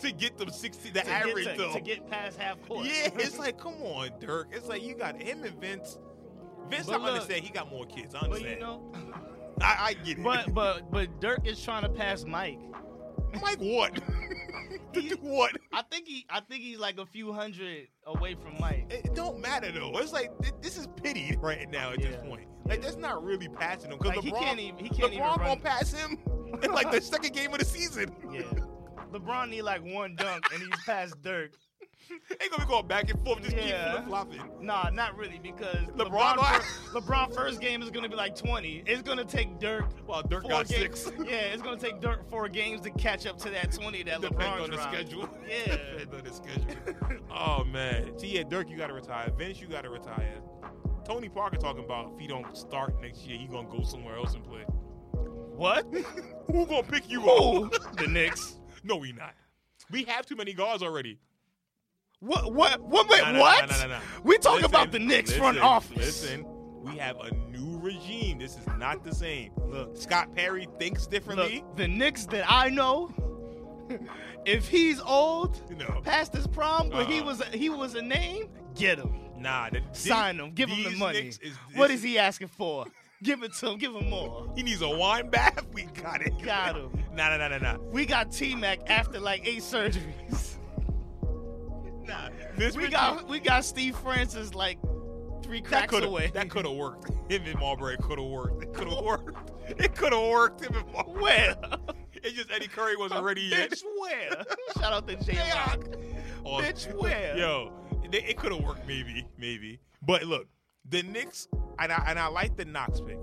to get them sixty, the
to
average
get to,
though.
to get past half court. *laughs*
Yeah, it's like, come on, Dirk. It's like you got him and Vince. Vince,
But
I
look-
understand he got more kids. I
but
understand.
you know,
I, I get it.
but but but Dirk is trying to pass Mike.
*laughs* Mike, what?
*laughs*
to *laughs* do what?
I think he I think he's like a few hundred away from Mike.
It don't matter though. It's like th- this is pity right now at this
Yeah,
point. Like
yeah.
that's not really passing him because
Like he
LeBron,
can't even he can't even
LeBron
run.
gonna pass him *laughs* in like the second game of the season.
yeah. LeBron need like one dunk and he's past Dirk.
Ain't gonna be going back and forth. Just keep
Yeah.
flip flopping.
Nah, not really because
LeBron-
LeBron LeBron, fir- LeBron first game is gonna be like twenty. It's gonna take Dirk
Well, Dirk
four
got
games.
six.
Yeah, it's gonna take Dirk four games to catch up to that twenty that LeBron
Depends on the
dropped.
schedule. *laughs*
Yeah.
Depends on the schedule. oh man. See, yeah, Dirk, you gotta retire. Vince, you gotta retire. Tony Parker talking about if he don't start next year, he gonna go somewhere else and play.
What?
*laughs* Who gonna pick you
Who?
up?
the Knicks.
no, we not. We have too many guards already.
What? What? What? Wait,
Nah, nah,
what?
nah, nah, nah, nah.
We talking
Listen,
about the Knicks front
listen,
office.
Listen, we have a new regime. This is not the same.
Look.
Scott Perry thinks differently.
Look, the Knicks that I know, *laughs* if he's old,
You know,
past his prime, but he
Uh-uh.
was a, he was a name. Get him,
nah. The,
sign him, give him the
these
money.
Knicks is-
what
this
is he asking for? give it to him. Give him more.
He needs a wine bath. *laughs* We got it.
Got him.
*laughs* Nah, nah, nah, nah, nah.
We got T Mac after like eight surgeries.
Nah, this
We
Richie-
got we got Steve Francis like three
that
cracks
could
away.
have that could have worked. *laughs* Him and Marbury could have worked. It
*laughs*
could have worked. It could have worked. Him and Marbury.
where?
*laughs* It's just Eddie Curry
*laughs*
wasn't ready yet.
Bitch, where? *laughs* Shout out to J
They are-
Rock.
Oh,
Bitch, where?
Yo, they, it could have worked maybe, maybe. But look, the Knicks and I and I like the Knox pick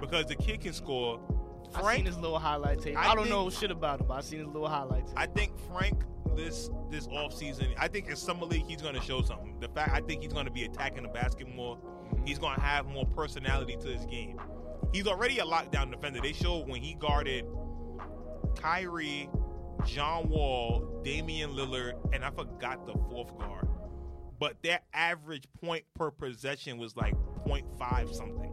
because the kid can score.
I seen
Frank,
his little highlight tape.
I
I, don't
think-
know shit about him, but I seen his little highlight tape.
I think Frank this this offseason, I think in summer league he's gonna show something. The fact I think he's gonna be attacking the basket more. He's gonna have more personality to his game. He's already a lockdown defender. They showed when he guarded Kyrie, John Wall, Damian Lillard, and I forgot the fourth guard. but their average point per possession was like 0.5 something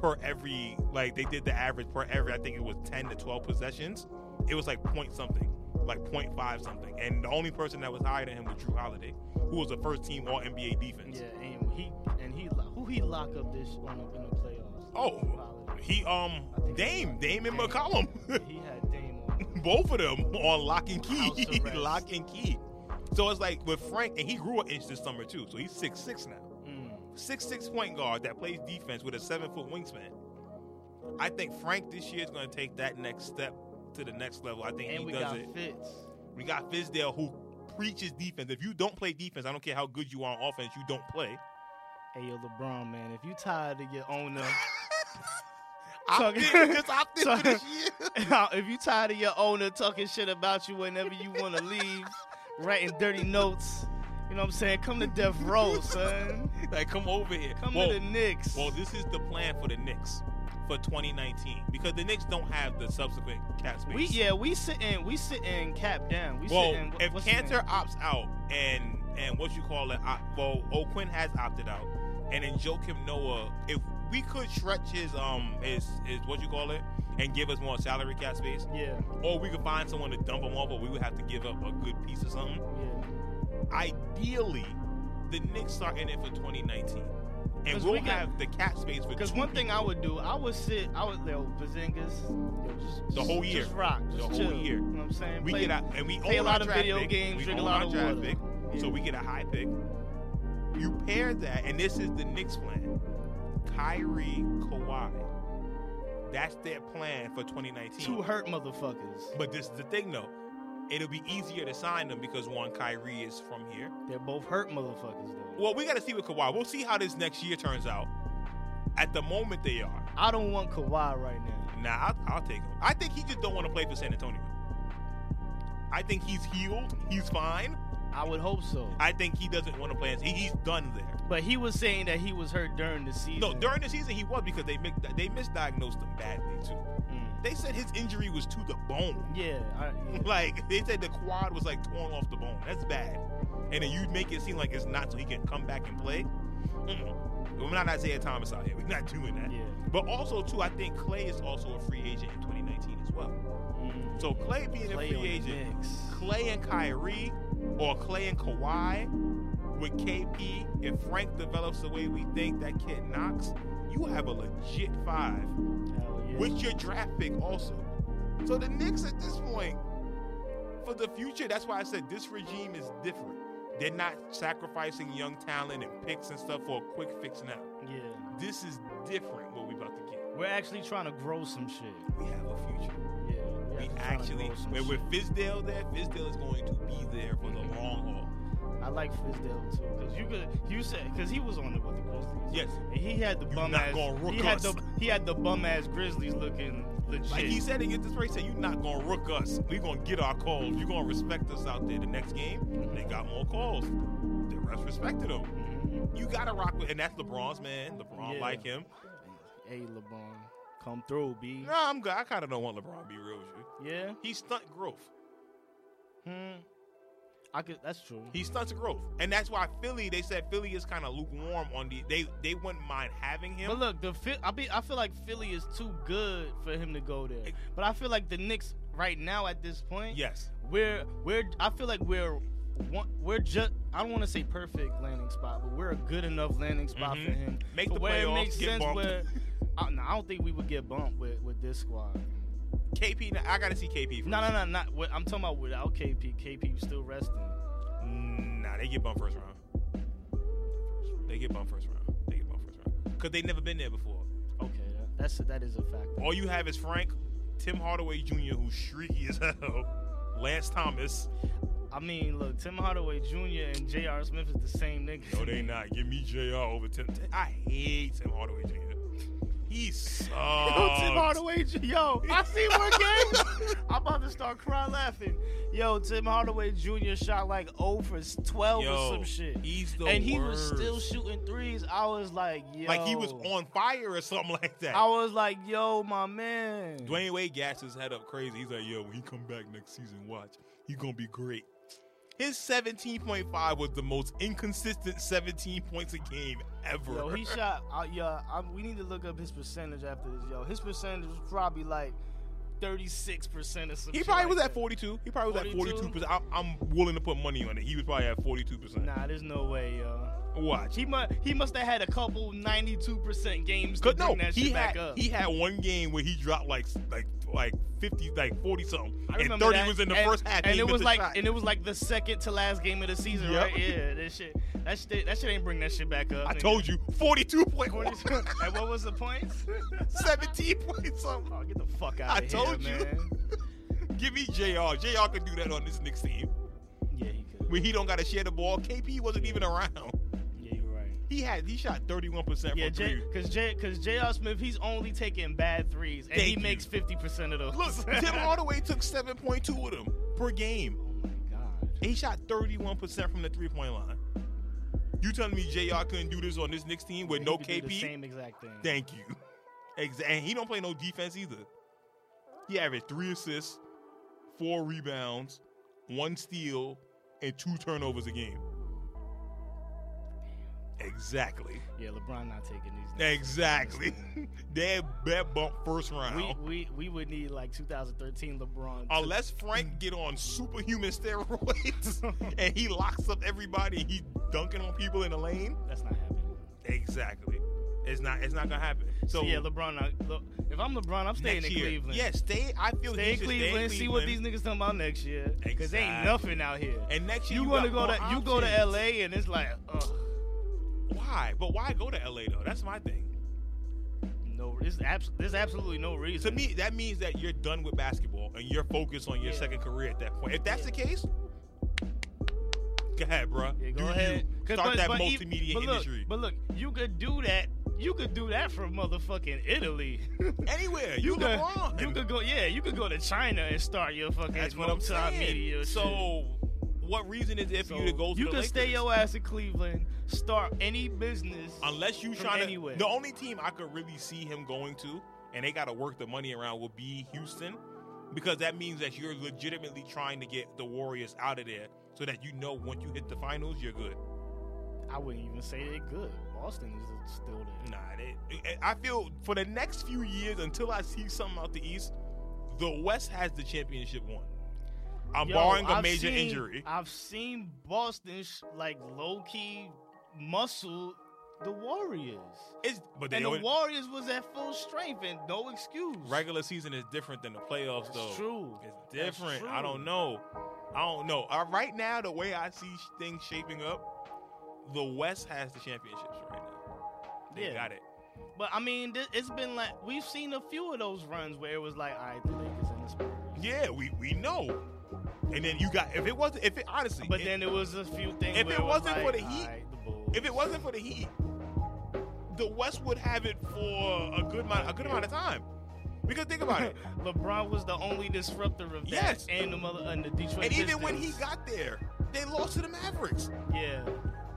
per every like they did the average per every I think it was 10 to 12 possessions. It was like point something, like 0.5 something. And the only person that was higher than him was Drew Holiday, who was the first team all NBA defense.
Yeah, and he and he lo- who he lock up this on the, in the playoffs.
Oh.
Holiday.
He um
I think-
Dame, Dame and
Dame.
McCollum. *laughs*
he had Dame on.
both of them on lock and *laughs*
House
key.
arrest.
lock and key. So it's like with Frank, and he grew an inch this summer too. So he's six six now.
Mm.
Six six point guard that plays defense with a seven foot wingspan. I think Frank this year is going to take that next step to the next level. I think
And
he
we
does
got
it.
Fitz.
We got Fizdale who preaches defense. If you don't play defense, I don't care how good you are on offense, you don't
*laughs*
play.
Hey yo, LeBron man, if you tired of
*laughs*
your owner, *laughs*
Opt in, just opt in
So-
for this year. *laughs*
if you tired of your owner talking shit about you whenever you want
*laughs*
to leave, writing dirty notes, you know what I'm saying? Come to Death Row, son.
like, come over here.
Come
Well,
to the Knicks.
Well, this is the plan for the Knicks for 2019 because the Knicks don't have the subsequent cap space.
we yeah, we sitting we sitting cap down. We
well,
sitting.
if Cantor opts out and and what you call it, opt, well, O'Quinn has opted out, and then Joakim Noah, if we could stretch his um his is what you call it and give us more salary cap space,
Yeah,
or we could find someone to dump him off, but we would have to give up a good piece of something.
yeah.
Ideally, the Knicks are in it for 2019, and
'Cause
we'll
we got-
have the cap space for
Because
two
one thing
people
I would do, I would sit, I would, yo, Bazingas, yo, just,
The
just-
whole year.
just rock,
The
just
whole
chill.
year.
You know what I'm saying?
We
Play-
get out, and we
play
own
a lot
our
of
draft
video
pick.
games,
We
drink a
own
lot
our
of
draft
water.
pick, so we get a high pick. You pair that, and this is the Knicks' plan: Kyrie, Kawhi. That's their plan for 2019.
two hurt motherfuckers.
But this is the thing, though. It'll be easier to sign them because one, Kyrie is from here.
They're both hurt motherfuckers though.
Well, we got to see with Kawhi. We'll see how this next year turns out. At the moment, they are.
I don't want Kawhi right now.
Nah, I'll, I'll take him. I think he just don't want to play for San Antonio. I think he's healed. He's fine.
I would hope so.
I think he doesn't want to play. He, he's done there.
but he was saying that he was hurt during the season.
No, during the season he was because they mi- they misdiagnosed him badly too.
Mm.
They said his injury was to the bone. *laughs*
Yeah, I, yeah.
Like they said the quad was like torn off the bone. That's bad. And then you make it seem like it's not so he can come back and play. Mm-mm. We're not Isaiah Thomas out here. We're not doing that.
yeah.
But also too, I think Clay is also a free agent in 2019 as well.
Mm.
So Clay being
Play
a free
on the
agent,
Knicks.
Clay and Kyrie or Clay and Kawhi with KP, if Frank develops the way we think that kid knocks, you have a legit five
Hell yeah.
with your draft pick also. So the Knicks at this point, for the future, that's why I said this regime is different. They're not sacrificing young talent and picks and stuff for a quick fix now.
yeah.
This is different what we about to get.
We're actually trying to grow some shit.
We have a future.
Yeah, we're
We
trying to
actually,
grow some
and with
shit.
Fizdale there, Fizdale is going to be there for the
Mhm.
long haul.
I like Fizdale too, cause you could you said cause he was on the with the Grizzlies.
Yes.
And he had the
You
bum
not
ass.
gonna rook
He had
us.
the he had the bum ass Grizzlies looking legit.
Like he said, he get this right. He said, "You're not gonna rook us. We gonna get our calls. You gonna respect us out there." The next game,
Mm-hmm.
they got more calls. The rest respected them.
Mhm.
You gotta rock with, and that's LeBron's man. LeBron
Yeah.
like him.
Hey LeBron, come through, B.
No, I'm. good. I kind of don't want LeBron. to Be real with you.
Yeah.
He stunt growth.
Hmm. I could. That's true.
He stunts growth, and that's why Philly. They said Philly is kind of lukewarm on the. They they wouldn't mind having him.
But look, the Phil- I be I feel like Philly is too good for him to go there. But I feel like the Knicks right now at this point,
yes,
we're we're I feel like we're one, we're just I don't want to say perfect landing spot, but we're a good enough landing spot for
Mhm.
him.
make
But
the
where it
playoffs.
makes
get
sense
bumped.
where I, no, I don't think we would get bumped with, with this squad.
KP. I gotta see KP. First.
No, no, no, not. What, I'm talking about without KP. KP still resting.
Nah, they get bumped first round. They get bumped first round. They get bumped first round because they never been there before.
Okay, that, that's that is a fact.
All you have is Frank, Tim Hardaway Jr., who's shrieky as *laughs* hell, Lance Thomas.
I mean, look, Tim Hardaway Jr. and J.R. Smith is the same nigga.
No, they not. Give me JR over Tim. I hate Tim Hardaway Jr.
*laughs*
He sucks.
Yo,
Um,
Tim Hardaway, Ju- yo, I see more games. *laughs* I'm about to start crying laughing. Yo, Tim Hardaway Jr. shot like 0 for 12
Yo,
or some shit.
He's the
and he was still
worst.
shooting threes. I was like, yo.
like he was on fire or something *laughs* like that.
I was like, yo, my man.
Dwayne Wade gassed his head up crazy. He's like, yo, when he come back next season, watch. He gonna be great. His 17.5 was the most inconsistent 17 points a game ever.
Yo, he shot. Uh, yeah, i we need to look up his percentage after this. Yo, his percentage was probably like thirty six percent or something.
He probably was at 42. He probably was
42?
at 42%. I, I'm willing to put money on it. He was probably at 42%.
Nah, there's no way, yo.
Watch.
He must he must have had a couple ninety two percent games to
Cause
bring
no,
that
he
shit back
had
up.
he had one game where he dropped like like like 50 like 40 something,
I
and
remember
30
that.
was in the
and,
first half.
and
he
it
missed
was
a
like,
shot.
and it was like the second to last game of the season,
Yep.
right? Yeah, that shit, that shit, that shit ain't bring that shit back up.
I told you, 42 point *laughs*
*laughs* and what was the points?
17 point *laughs* something.
Oh, get the fuck out!
I
here,
told you.
man.
Give me Jr. Jr. could do that on this Knicks team
Yeah, he could.
when he don't got to share the ball. KP wasn't even around. *laughs*
Yeah, you're right.
He had he shot 31 percent
Yeah,
from three.
J, cause J, cause J.R. Smith, he's only taking bad threes, and
Thank
he
you.
makes fifty percent of those. *laughs*
Look, Tim Hardaway took 7.2 of them per game.
oh my god.
And he shot 31 percent from the three point line. You telling me Jr. couldn't do this on this Knicks team with
He
no
could do the
KP?
same exact thing.
Thank you. Ex- And he don't play no defense either. He averaged three assists, four rebounds, one steal, and two turnovers a game. Exactly.
Yeah, LeBron not taking these. niggas.
Exactly. *laughs* That bet bump first round.
We, we we would need like 2013 LeBron. to-
Unless Frank get on superhuman steroids *laughs* and he locks up everybody and he's dunking on people in the lane.
that's not happening.
Exactly. It's not it's not gonna happen. So
So yeah, LeBron. Not, look, if I'm LeBron, I'm staying
next
in
year-
Cleveland.
Yeah, stay I feel he
stay in
should
Cleveland.
stay in
See what these
Cleveland.
niggas talking about next year. Cause ain't
Exactly.
nothing out here.
And next year
you
you
want to go
got
to
more
you go to
options.
LA and it's like, ugh,
Why? But why go to LA though? That's my thing.
no, there's, abs- there's absolutely no
To
reason.
me, that means that you're done with basketball and you're focused on your
Yeah.
second career at that point. If that's
Yeah.
the case, go ahead, bro.
yeah, go
do
ahead.
You.
'Cause-
Start
but-
that
but ev-
multimedia
but look,
industry.
But look, you could do that. You could do that from motherfucking
*laughs*
Italy.
Anywhere. You,
could,
LeBron.
you could go, yeah, you could go to China and start your fucking
that's what I'm
multi-
saying.
media shit.
so, what reason is there for you to go to
you
the
can stay
Lakers?
your ass in Cleveland, start any business.
Unless you
from
trying to.
anywhere.
The only team I could really see him going to, and they got to work the money around, will be Houston, because that means that you're legitimately trying to get the Warriors out of there, so that you know once you hit the finals, you're good.
I wouldn't even say they're good. Boston is still there.
Nah, they, eh, I I feel for the next few years until I see something out the East, the West has the championship one. I'm
Yo,
barring a
I've
major
seen-
injury.
I've seen Boston sh- like low key muscle the Warriors,
It's, but they
and the
always-
Warriors was at full strength and no excuse.
regular season is different than the playoffs, though.
it's true.
It's different. I
true.
don't know. I don't know. Uh, right now, the way I see sh- things shaping up, the West has the championships right now. They
Yeah.
got it.
But I mean, th- it's been like we've seen a few of those runs where it was like, all right, the Lakers and the Spurs.
Yeah, we we know. And then you got if it wasn't if it honestly
But
it-
then it was a few things.
if
where
it wasn't
was
for
like,
the Heat-
alright, the Bulls.
if it wasn't for the Heat, the West would have it for a good amount a good amount of time. Because think
*laughs*
about it.
LeBron was the only disruptor of that,
Yes.
and the mother and the Detroit.
and even when he
Pistons.
got there, they lost to the Mavericks.
yeah,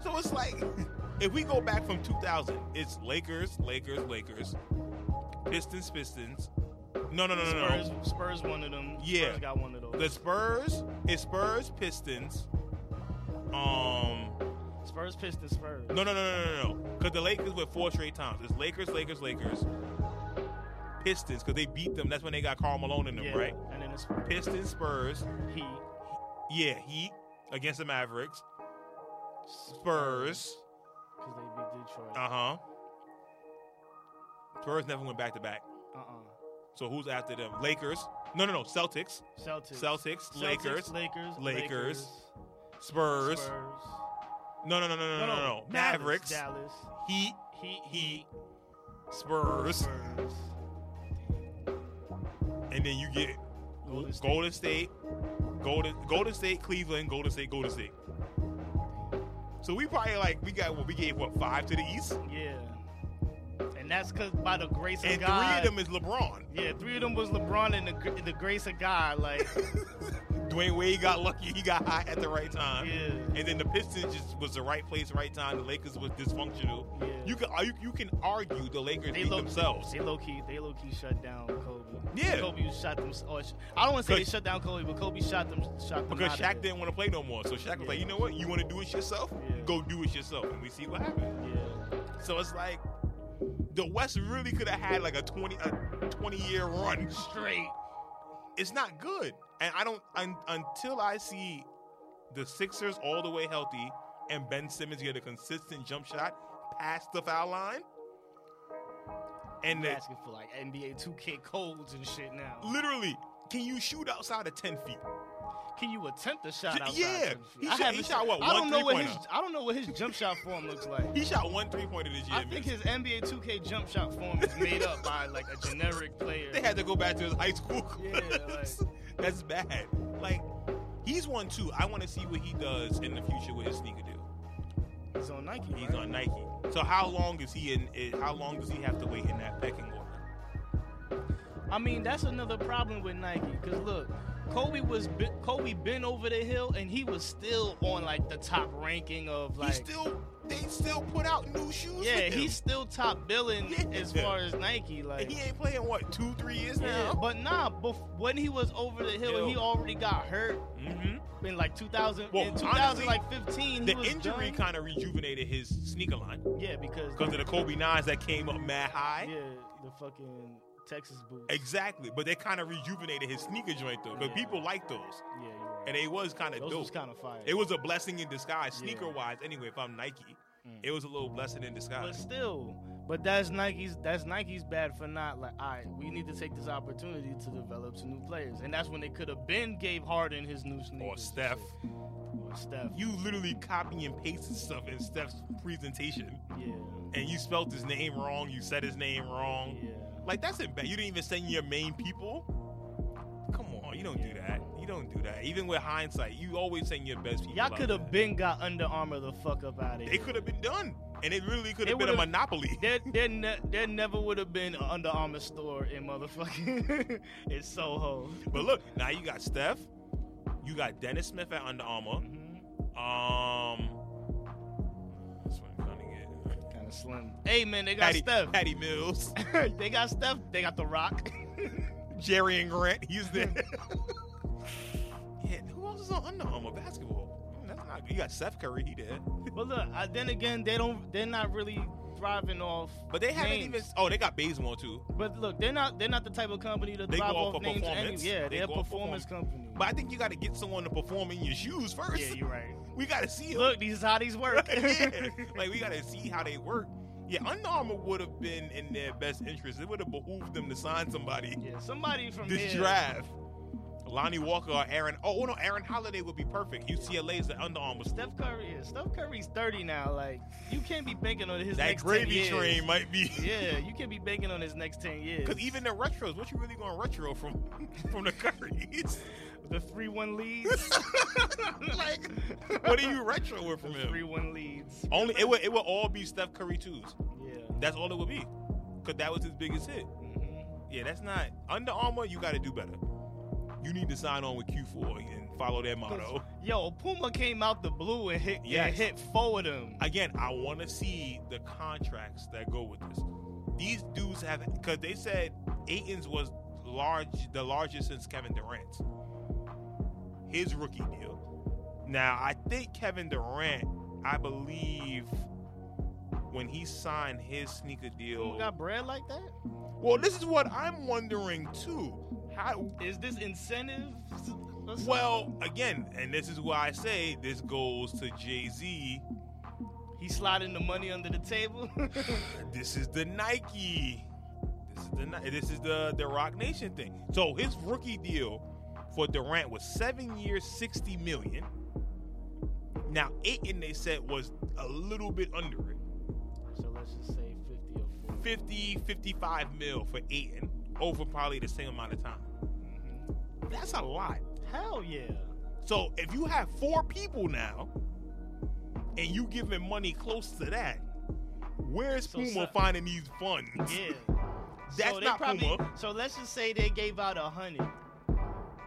So it's like, *laughs* if we go back from 2000, it's Lakers, Lakers, Lakers, Pistons, Pistons. No, no, no, no, no.
Spurs, Spurs one of them.
Um, Yeah.
Spurs got one of those.
The Spurs, it's Spurs, Pistons. Um,
Spurs Pistons Spurs.
no, no, no, no, no, no. Because the Lakers went four straight times. It's Lakers, Lakers, Lakers, Pistons. Because they beat them. That's when they got Carl Malone in them,
yeah.
right?
And then the Spurs.
Pistons, Spurs.
Heat.
Yeah, Heat against the Mavericks. Spurs.
Because they beat Detroit.
Uh huh. Spurs never went back to back.
Uh uh
So who's after them? Lakers. No, no, no. Celtics.
Celtics.
Celtics.
Celtics,
Lakers.
Lakers.
Lakers, Spurs.
Spurs.
No, no, no, no, no, no, no.
Dallas,
Mavericks.
Dallas.
Heat.
Heat.
Heat. Spurs.
Spurs.
And then you get
Golden State.
Golden State. Golden Golden State, Cleveland, Golden State, Golden State. So we probably like we got what we gave what five to the East.
Yeah. And and that's cause by the grace of
and
God.
three of them is LeBron.
Yeah, three of them was LeBron and the, gr- the grace of
*laughs*
God. Like,
Uh-huh. Dwayne Wade got lucky; he got hot at the right time.
yeah,
And then the Pistons just was the right place, right time. The Lakers was dysfunctional.
yeah.
You can you, you can argue the Lakers
They
beat
low-
themselves.
they low key, they low key shut down Kobe.
Yeah.
Kobe shot them. Or sh- I don't want to say they
Cause-
shut down Kobe, but Kobe shot them. Shot them
Because
out of
Shaq
there.
didn't want to play no more. So Shaq was
Yeah.
like, you know what? You want to do it yourself?
Yeah.
Go do it yourself. And we see what happened.
Yeah,
So it's like the West really could have had like a 20 a 20 year run straight. It's not good. And I don't un, until I see the Sixers all the way healthy and Ben Simmons get a consistent jump shot past the foul line. And
They
that
asking for like NBA 2K codes and shit now.
literally, can you shoot outside of 10 feet?
Can you attempt a shot?
Yeah,
outside
yeah.
some shit?
He
I
shot- he
haven't-
shot, what,
I
one
don't know what his
three-pointer?
I don't know what his jump shot form looks like.
He shot one three pointer this year.
I think
missed.
his NBA 2K jump shot form is made up by like a generic player.
They had to go back to his high school.
*laughs* Yeah,
class. *laughs* That's bad. Like, he's one too. I want to see what he does in the future with his sneaker deal.
He's on Nike.
He's
right?
on Nike. So how long is he in? i- How long does he have to wait in that pecking order?
I mean, that's another problem with Nike. Cause look, Kobe was bi- Kobe been over the hill, and he was still on like the top ranking of like.
he still, they still put out new shoes.
yeah,
with him.
he's still top billing
Yeah.
as far as Nike. Like,
And he ain't playing what two, three years
Yeah,
now.
but nah, bef- when he was over the hill, and
Yo.
he already got hurt
Mm-hmm.
in like 2000,
Well,
in
honestly,
2015. he
The
was
injury
done.
kind of rejuvenated his sneaker line
yeah, because
because of the Kobe nines that came up mad high.
yeah, the fucking Texas boots.
Exactly, but they kind of rejuvenated his sneaker joint though, because
Yeah.
people like those,
yeah, you're right.
and they was kind of
Those
dope.
was kind of fire.
It was a blessing in disguise,
Yeah.
sneaker wise. Anyway, if I'm Nike,
Mm.
it was a little blessing in
but
disguise.
still, but that's Nike's. That's Nike's bad for not like. All right, we need to take this opportunity to develop some new players, and that's when they could have been gave Harden his new sneakers.
Or
and
Steph,
shit. Or Steph.
you literally copy and pasted stuff in Steph's presentation,
Yeah.
and you spelt his name wrong. You said his name wrong.
Yeah.
Like that's it. You didn't even send your main people. Come on, you don't do that. You don't do that. Even with hindsight, you always send your best people.
Y'all
out
could
there.
have been got Under Armour the fuck up out of here.
They could have been done, and it really could
They
have been a
would've- *laughs*
monopoly.
There, there, ne- there never would have been an Under Armour store in motherfucking *laughs* in Soho.
But look, now you got Steph, you got Dennis Smith at Under Armour.
Mm-hmm.
Um, that's what I'm trying to get.
Kind of slim. Hey man, they got
Patty,
Steph. *laughs*
Patty Mills, *laughs*
they got Steph. They got The Rock. *laughs*
Jerry and Grant. He's there. *laughs* yeah, who else is on Under Armour basketball? Mm, That's not good. You got Seth Curry. He did,
but look, I, then again, they don't. They're not really thriving off.
but they haven't
Names.
even. Oh, they got Bazemore too.
But look, they're not. They're not the type of company to
They
thrive
go off
off,
of
names. any-
performance.
yeah,
They
they're a
go off
performance company.
But I think you got to get someone to perform in your shoes first.
yeah,
*laughs*
you're right.
we got to see 'em.
Look, these is how these work.
yeah. Like we gotta see how they work. Yeah, Under Armour would have been in their best interest. It would have behooved them to sign somebody
*laughs* Yeah, somebody from
this
here-
draft. Lonnie Walker or Aaron. Oh no, Aaron Holiday would be perfect. UCLA is the Under Armour. school.
Steph Curry is. Steph Curry's 30 now. Like, you can't be banking on his
that
next 10
gravy
years.
train might
*laughs*
be.
Yeah, you can't be banking on his next 10 years.
Because even the retros, what you really going retro from *laughs* from the Currys?
the 3 1 leads.
*laughs*
*laughs*
like, what are you retroing
The
from
3
him?
1 leads.
Only it would it would all be Steph Curry twos.
Yeah.
That's all it would be. Cause that was his biggest hit.
Mhm.
Yeah, that's not Under Armour. You got to do better. You need to sign on with Q4 and follow their motto.
Yo, Puma came out the blue and hit Yeah,
Yes.
hit four of them.
Again, I want to see the contracts that go with this. These dudes have because they said Aiton's was large, the largest since Kevin Durant's. His rookie deal. Now I think Kevin Durant, I believe, when he signed his sneaker
Puma
deal.
got bread like that?
Well, this is what I'm wondering too. How
Is this incentive? What's up?
Well, again, and this is why I say this goes to Jay Z.
he sliding the money under
*laughs*
the table. *laughs* Mm-hmm.
This is the Nike. This is the Ni- this is the the Rock Nation thing. So his rookie deal for Durant was seven years, sixty million. Now Aiton they said was a little bit under it,
so let's just say 50 or 40.
50, 55 mil for Aiton over probably the same amount of time.
Mhm.
That's a lot.
Hell yeah.
So if you have four people now, and you giving money close to that, Where's
So
Puma
so-
finding these funds?
Yeah.
That's
so they
not
probably,
Puma.
So let's just say they gave out a hundred.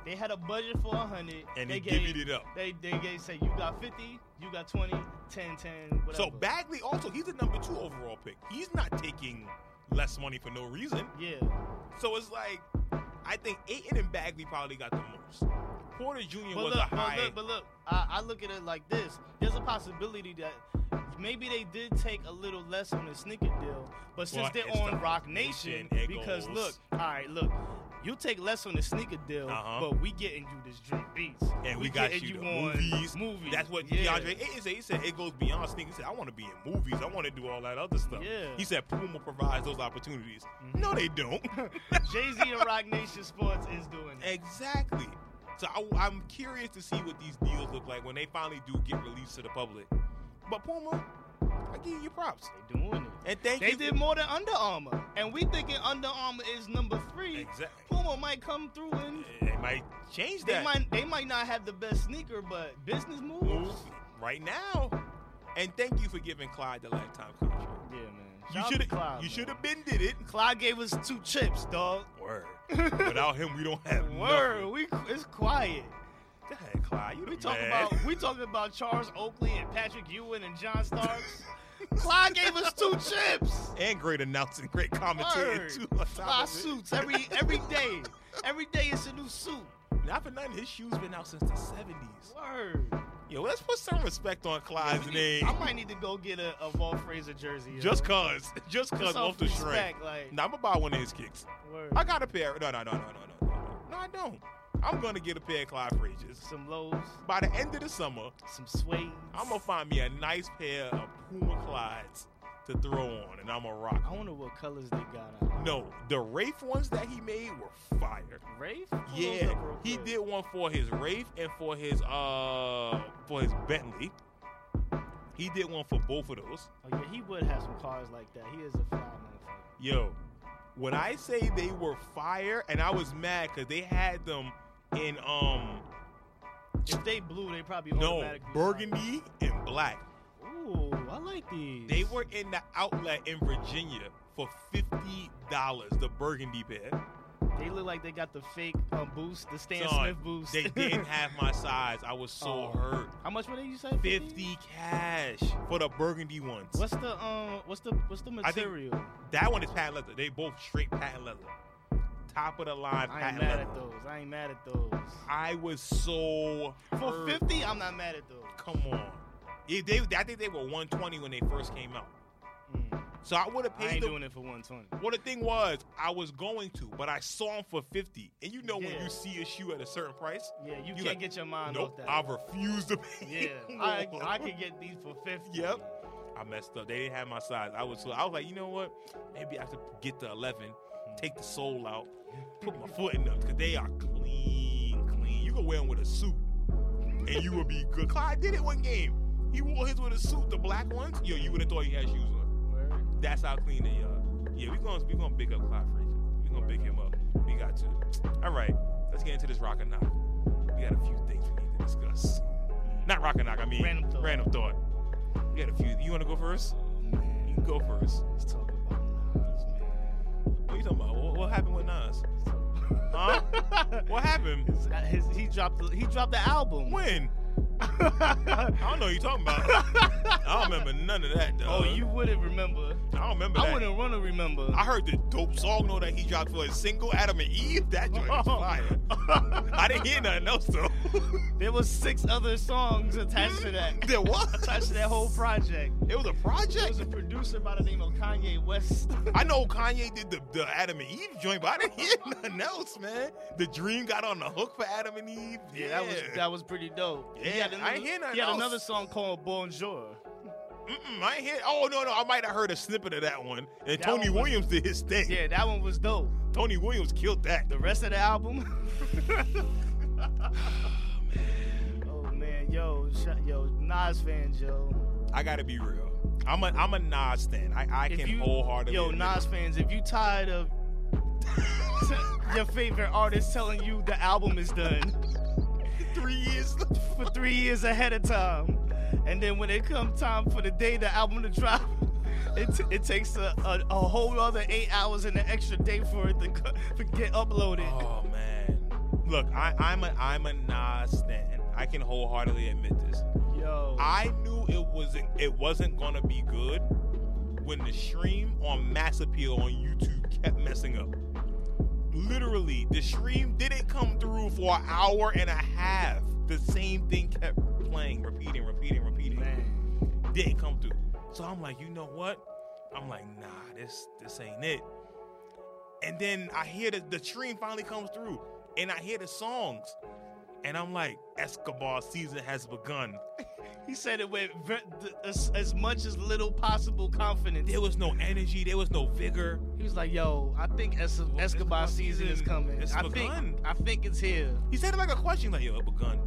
They had a budget for a hundred.
And
they
they
gave
divvied it up.
They they gave say you got fifty, you got 20, 10, 10, whatever.
So Bagley also he's a number two overall pick. He's not taking less money for no reason.
Yeah.
So it's like I think Aiton and Bagley probably got the most. Porter Jr. *laughs*
But
was
look,
a
but
high.
look, but look, I, I look at it like this. There's a possibility that maybe they did take a little less on the sneaker deal, but since
Well, it's
they're on
the
Rock Nation,
Nation, it
because
goes.
look, all right, look, you take less on the sneaker deal,
Uh-huh.
but we getting you this drink beats,
and we,
we
got
getting
you,
you
the
on
movies.
movies.
That's what
Yeah.
DeAndre Ayton said. He said it goes beyond sneakers. He said, I want to be in movies. I want to do all that other stuff.
Yeah.
He said Puma provides those opportunities.
Mhm.
No, they don't.
Jay Z and Rock Nation Sports is doing it.
exactly. So I, am curious to see what these deals look like when they finally do get released to the public. But Puma, I give you your props.
They doing it.
And thank
They
you.
did more than Under Armour, and we thinking Under Armour is number three.
Exactly.
Puma might come through and
They might change
they
that.
might they might not have the best sneaker, but business moves.
move right now. And thank you for giving Clyde the lifetime contract.
Yeah, man.
You should have. You should have been did it.
Clyde gave us two chips, dog.
Word. Without him, we don't have
Word,
nothing.
we it's quiet.
Go ahead, Clyde. You
We
the
talking
man.
about we talking about Charles Oakley and Patrick Ewing and
*laughs*
John Starks. Clyde gave us two chips.
and great announcing, great commentating
Word.
too. on top
Fly
of it.
suits every every day. Every day it's a new suit.
Not for nothing, his shoes been out since the seventies.
Word.
Yo, let's put some respect on Clyde's
We need-
name.
I might need to go get a, a Walt Fraser jersey. yo.
Just cause, just cause
Just
off the shrink.
respect, like,
Now I'm gonna buy one of his kicks.
word.
I got a pair. No, no, no, no, no, no, no. No, I don't. I'm gonna get a pair of Clyde Frazier's.
some lows,
By the end of the summer,
some suede.
I'm gonna find me a nice pair of Puma Clydes to throw on, and I'm gonna rock.
I wonder what colors they got out.
No, the Wraith ones that he made were fire.
Rafe? Pull those
Yeah,
up real
he
quick.
did one for his Wraith and for his uh for his Bentley. He did one for both of those.
Oh yeah, he would have some cars like that. He is a fly motherfucker.
Yo, when I say they were fire, and I was mad because they had them in um
If they blue, they probably
no
automatically fly.
burgundy and black.
Ooh, I like these.
They were in the outlet in Virginia for fifty dollars. The burgundy pair.
They look like they got the fake um, boost, the Stan
Son,
Smith boost. *laughs*
They didn't have my size. I was so
Oh.
hurt.
How much were they? You say
50 cash for the burgundy ones.
What's the um? What's the what's the
I think-
material?
That one is patent leather. They both straight patent leather. Top of the line
I ain't
patent
mad
leather.
at those. I ain't mad at those.
I was so
For
hurt.
fifty, I'm not mad at those.
Come on. Yeah, they, I think they were 120 when they first came out.
Mm.
So I would have
I
paid
ain't
them.
doing it for 120.
Well, the thing was, I was going to, but I saw them for 50. And you know when
Yeah.
you see a shoe at a certain price,
Yeah, you,
You
can't
like,
get your mind
nope,
off that.
I refuse to pay. *laughs*
yeah, I,
more.
I could get these for 50.
Yep. I messed up. They didn't have my size. I was so I was like, you know what? Maybe I could get the eleven,
Hmm.
take the sole out, put my foot in them because they are clean, clean. You can wear them with a suit, and you will be good. Clyde did it one game. He wore his with a suit, the black ones. Yo, you would have thought he had shoes on.
Word.
That's how clean they are. Yeah, we gonna we gonna big up Clyde Frazier. We gonna big him up. We got to. All right, let's get into this rock and knock. We got a few things we need to discuss. Not rock and knock. I mean
Random thought.
Random thought. We got a few. You want to go first? You
Man,
can go first.
let's talk about Nas, man.
What you talking about? What, what happened with Nas?
*laughs*
Huh? what happened?
His, his, he dropped the, he dropped the album. *laughs*
When? I don't know what you talking about. I don't remember none of that, though.
oh, you wouldn't remember.
I don't remember
I
that.
wouldn't want to remember.
I heard the dope song though that he dropped for a single, Adam and Eve. That joint
*laughs*
was fire. I didn't hear nothing else though. *laughs*
there was six other songs attached to that.
there was.
Attached to that whole project.
It was a
There was
project.
a producer by the name of Kanye West.
I know Kanye did the, the Adam and Eve joint, but I didn't hear *laughs* nothing else, man. The Dream got on the hook for Adam and Eve.
Yeah, that was that was pretty dope. he
Yeah,
had
I
another,
ain't hear nothing
he had
else.
another song called Bonjour.
Mm-mm, I ain't hear. Oh no, no, I might have heard a snippet of that one. And
That
Tony
one was-
Williams did his thing.
Yeah, that one was dope.
Tony Williams killed that.
The rest of the album. *laughs* oh man, yo, sh- yo, Nas fans, yo.
I gotta be real. I'm a I'm a Nas fan. I, I
If
can
you-
wholeheartedly.
Yo,
admit
Nas fans, if you tired of *laughs* your favorite artist telling you the album is done
it. three *laughs* years.
for three years ahead of time, and then when it come time for the day the album to drop, *laughs* It, t- it takes a, a, a whole other eight hours and an extra day for it to, co- to get uploaded.
Oh man, look, I, I'm a I'm a Nas stan. I can wholeheartedly admit this.
Yo.
Oh. I knew it wasn't it wasn't gonna be good when the stream on Mass Appeal on YouTube kept messing up. Literally, the stream didn't come through for an hour and a half. The same thing kept playing, repeating, repeating, repeating.
man.
Didn't come through. So I'm like, you know what? I'm like, nah, this this ain't it. And then I hear the, the stream finally comes through, and I hear the songs, and I'm like, Escobar season has begun.
He said it with ve- th- as, as much as little possible confidence.
There was no energy. There was no vigor.
He was like, "Yo, I think es- Escobar season is coming.
It's
I
begun.
think I think it's here."
He said it like a question, like, yo, it begun.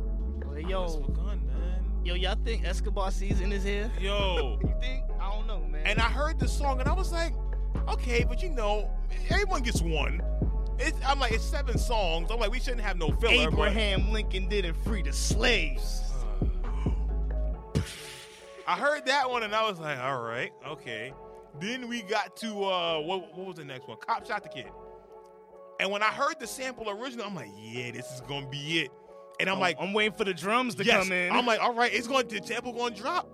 Like,
It's
yo,
begun, man.
yo, y'all think Escobar season is here?
Yo.
You think? I don't know, man.
and I heard the song and I was like, okay, but you know, everyone gets one. It's, I'm like, it's seven songs. I'm like, we shouldn't have no filler. but-
Abraham Lincoln didn't free the slaves.
*sighs* Uh, I heard that one and I was like, all right, okay. Then we got to uh what, what was the next one? Cop Shot the Kid. And when I heard the sample original, I'm like, yeah, this is gonna be it. And
Oh,
I'm like,
I'm waiting for the drums to
yes.
come in.
I'm like, all right, it's going to the sample going to drop.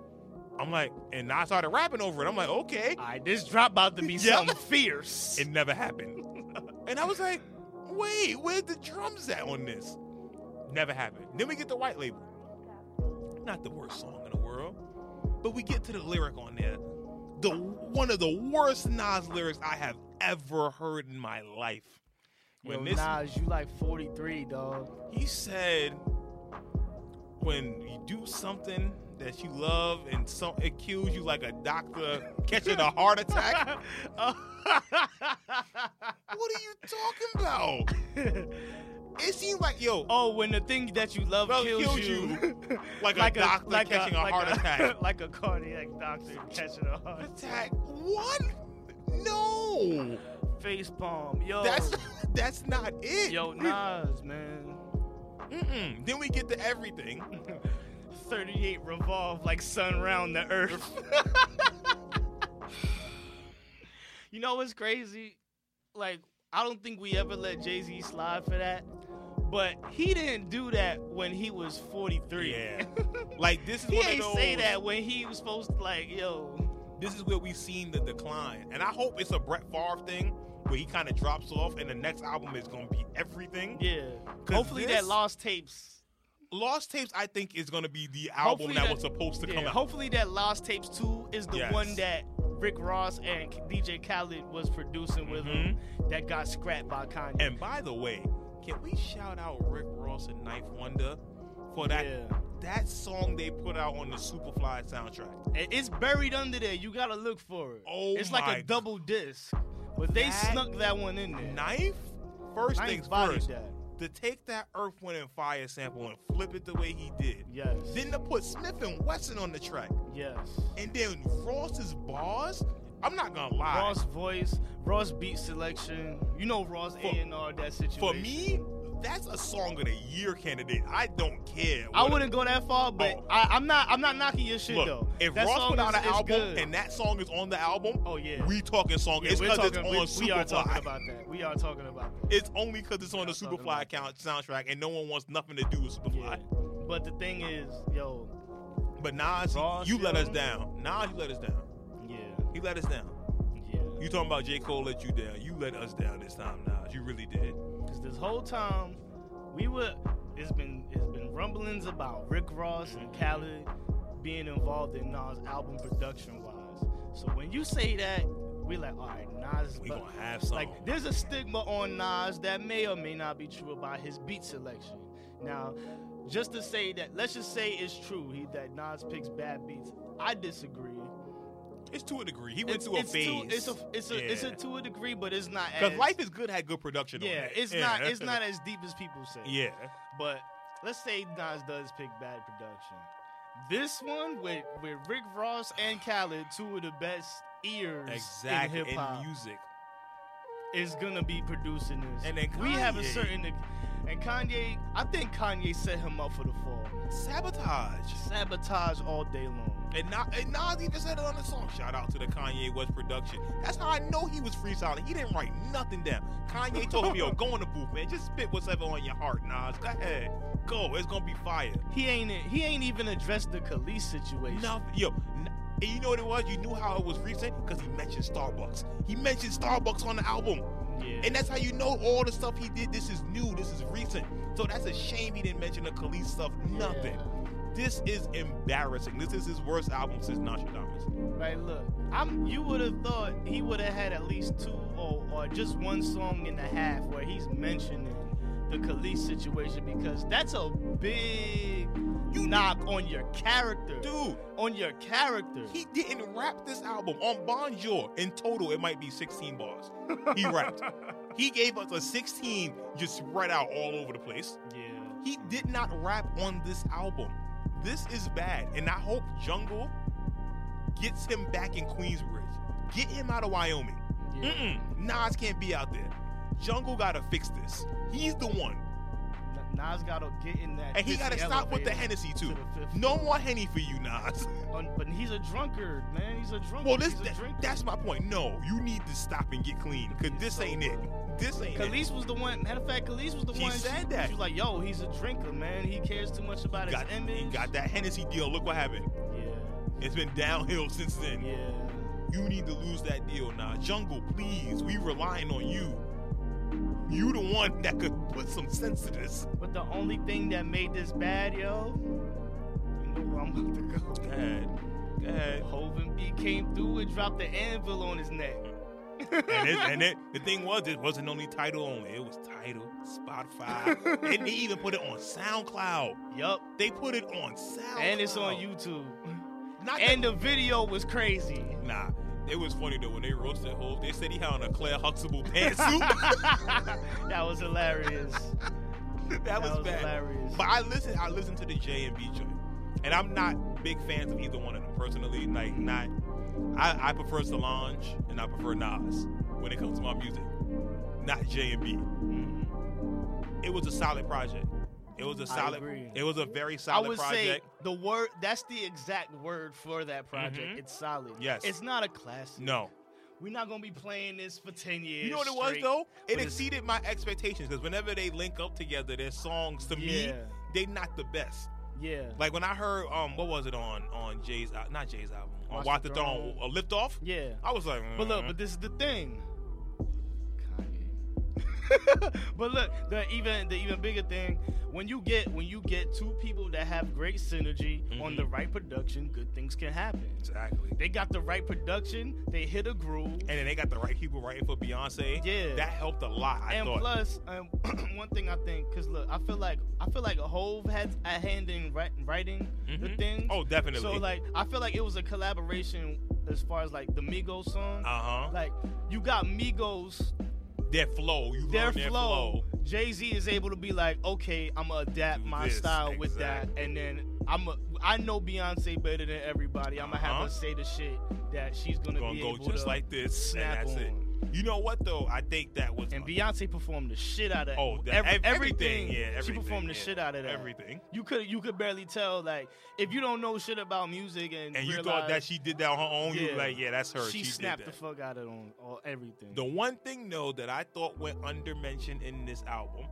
I'm like, and I started rapping over it. I'm like, okay,
All right, this drop about to be
*laughs* Yeah.
something fierce.
it never happened.
*laughs*
and I was like, wait, where's the drums at on this? Never happened. Then we get the white label. Not the worst song in the world, but we get to the lyric on there. The one of the worst Nas lyrics I have ever heard in my life.
Yo, Nas, you like 43,
*laughs*
dog. *laughs*
He said, when you do something that you love and so it kills you like a
*laughs*
doctor catching a heart attack. what are you talking about?
*laughs*
It seemed like, yo,
oh, when the thing that you love
Well,
kills,
kills
you, *laughs*
like, a doctor catching a,
like
heart attack.
like a *laughs* cardiac doctor catching a heart
attack? What? No,
face palm. Yo,
that's *laughs* that's not it.
yo, Nas, man.
Mm-mm. Then we get to everything.
38 revolve like sun round the earth. *laughs* you know what's crazy? Like, I don't think we ever let Jay Z slide for that. But he didn't do that when he was 43. *laughs*
Yeah, like this is
he
one of
ain't
those.
say that when he was supposed to, like, yo.
this is where we've seen the decline. And I hope it's a Brett Favre thing where he kind of drops off and the next album is going to be everything.
Yeah.
'Cause
Hopefully
this-
that lost tapes.
Lost Tapes, I think, is going to be the album
Hopefully
that,
that-
was supposed to
Yeah,
come out.
Hopefully that lost tapes 2 is the
Yes.
one that Rick Ross and DJ Khaled was producing with him that got scrapped by Kanye.
Mm-hmm. And by the way, can we shout out Rick Ross and Knife Wonder for that
yeah.
that song they put out on the Superfly soundtrack?
It- It's buried under there. You gotta look for it.
Oh
it's
my
like a double disc, but they
That-
snuck that one in there.
Knife? First
I ain't
things
bodied
first,
that.
to take that Earth, Wind, and Fire sample and flip it the way he did.
Yes.
Then to put Smith and Wesson on the track.
yes.
And then Ross's bars, I'm not gonna lie.
Ross voice, Ross beat selection. You know Ross A
For-
and R that situation.
for me, that's a song of the year candidate. I don't care.
I
what-
wouldn't go that far, but
Oh.
I, I'm not. I'm not knocking your shit
look.
though.
If
that
Ross
song
put out
is-
an
is
album
good.
and that song is on the album,
oh yeah,
we talking song.
yeah
it's
we're
because it's
talking-
on
we,
Superfly.
we are talking about that. We are talking about that.
it's only because it's on the
We are talking
Superfly
about
account soundtrack, and no one wants nothing to do with
Yeah.
Superfly.
But the thing is, yo,
But Nas,
Ross,
you let
yo.
us down. Nas, you let us down.
yeah,
He let us down.
yeah.
You talking about J. Cole let you down. You let us down this time, Nas. You really did.
Cause this whole time we were it's been it's been rumblings about Rick Ross and
Mm-hmm.
Khaled being involved in Nas album production wise. So when you say that, we like, all right, Nas is
We
bu-
gonna have some.
like there's a stigma on Nas that may or may not be true about his beat selection. Now, just to say that, let's just say it's true he, that Nas picks bad beats. I disagree.
it's to a degree. He went
It's-
through a
it's
phase.
To, it's a it's a it's a
Yeah.
to a degree, but it's not
Because
as
life is good had good production. on
yeah,
it.
it's
Yeah.
not it's not as deep as people say.
*laughs* yeah.
But let's say Nas does pick bad production. This one with with Rick Ross and Khaled, two of the best ears
Exactly.
in hip
In
hop,
music.
is gonna be producing this.
And then
we have a
Kanye.
certain. And Kanye, I think Kanye set him up for the fall.
Sabotage.
Sabotage all day long.
And, Na- and Nas even said it on the song. Shout out to the Kanye West production. That's how I know he was freestyling. He didn't write nothing down. Kanye told him,
*laughs*
yo, go in the booth, man. Just spit whatever on your heart, Nas. Go ahead. Go. It's going to be fire.
He ain't e, he ain't even addressed the Khalees situation.
Nothing. Yo, n- and you know what it was? You knew how it was recent because he mentioned Starbucks. He mentioned Starbucks on the album.
Yeah.
And that's how you know all the stuff he did. This is new. This is recent. So that's a shame he didn't mention the Khalid stuff. Nothing. This is embarrassing. This is his worst album since Nostradamus.
Right, look, I'm. You would have thought he would have had at least two or, or just one song and a half where he's mentioning the Khalees situation because that's a big knock on your character,
Dude,
on your character.
he didn't rap this album. On Bonjour, in total, it might be 16 bars. He rapped. he gave us a 16 just spread out all over the place.
yeah.
He did not rap on this album. This is bad. And I hope Jungle gets him back in Queensbridge. Get him out of Wyoming.
yeah.
Mm-mm. Nas can't be out there. Jungle gotta fix this. He's the one.
N- Nas gotta get in that,
And he
pissy
gotta stop with the
elevator
Hennessy
to
too.
the fifth
No
floor.
more Henny for you, Nas.
Un- but he's a drunkard, man. He's a drunkard.
Well, this
he's a
that-
drinker.
that's my point. No, you need to stop and get clean. Cause
He's
this ain't it.
sober.
This ain't it.
Khalees was the one. Matter of fact, Khalees was the
She
one.
said
she,
that.
She was like, "Yo, he's a drinker, man. He cares too much about
Got,
his image."
you got that Hennessy deal. Look what happened.
Yeah.
It's been downhill since then.
Yeah.
You need to lose that deal now. Jungle, please. We relying on you. You the one that could put some sense to this.
But the only thing that made this bad, yo, you know where I'm about to go.
Go ahead. Go ahead.
*laughs* Hoven B came through and dropped the anvil on his neck.
and it, and it, the thing was, it wasn't only title only. It was title,
*laughs*
Spotify, and they even put it on SoundCloud.
Yup.
They put it on SoundCloud,
And it's on YouTube.
Not
And the video was crazy. *laughs*
that, nah. It was funny though when they roasted Hov. They said he had on a Claire Huxtable
*laughs*
pantsuit. *laughs*
that was hilarious.
that,
That
was,
was
bad.
hilarious.
But I listened. I listened to the J and B joint, and I'm not big fans of either one of them personally. Like, not. I, I prefer Solange and I prefer Nas when it comes to my music, not J and B.
Mm.
It was a solid project. It was a
I
solid.
agree.
It was a very
I
solid
would
project.
say the word that's the exact word for that project.
Mhm.
It's solid.
Yes.
It's not a classic.
no,
We're not gonna be playing this for ten years.
you know what it was
straight.
though. It
But it's-
exceeded my expectations because whenever they link up together, their songs to me
Yeah.
they not the best.
Yeah.
Like when I heard um, what was it on on Jay's al- not Jay's album on
Watch
Watch
the
the Throne,
Throne.
uh, Lift Off.
Yeah.
I was like, mm.
But look, but this is the
*laughs*
thing. Kanye. but look, the even the even bigger thing when you get when you get two people that have great synergy on
Mhm.
the right production, good things can happen.
exactly.
They got the right production. They hit a groove.
And then they got the right people writing for Beyonce.
Yeah.
that helped a lot. I
and
thought.
plus, um, *clears throat* one thing I think, cause look, I feel like I feel like Hove had a hand in wri- writing the
Mhm.
things.
oh, definitely.
so like I feel like it was a collaboration as far as like the Migos song.
uh huh.
like you got Migos,
Their flow. You
their
learn
flow.
their flow.
Jay Z is able to be like, okay, I'm gonna adapt
Do
my
this,
style with that, and then I'm a, I know Beyonce better than everybody. I'm gonna have
Uh-huh.
her say the shit that she's gonna,
Gonna
be
go
able
just
to
like this, and
snap
that's
on.
it. You know what though? I think that was
And Beyonce performed the shit out of
Oh, that,
ev-
ev- everything. Yeah,
She
everything.
performed the
yeah.
shit out of that.
Everything.
You could you could barely tell like if you don't know shit about music and,
And you thought that
realize
she did that on her own. You
Yeah.
were like, yeah, that's her.
she,
She,
snapped the
did that.
fuck out of it on all everything.
The one thing though that I thought went undermentioned in this album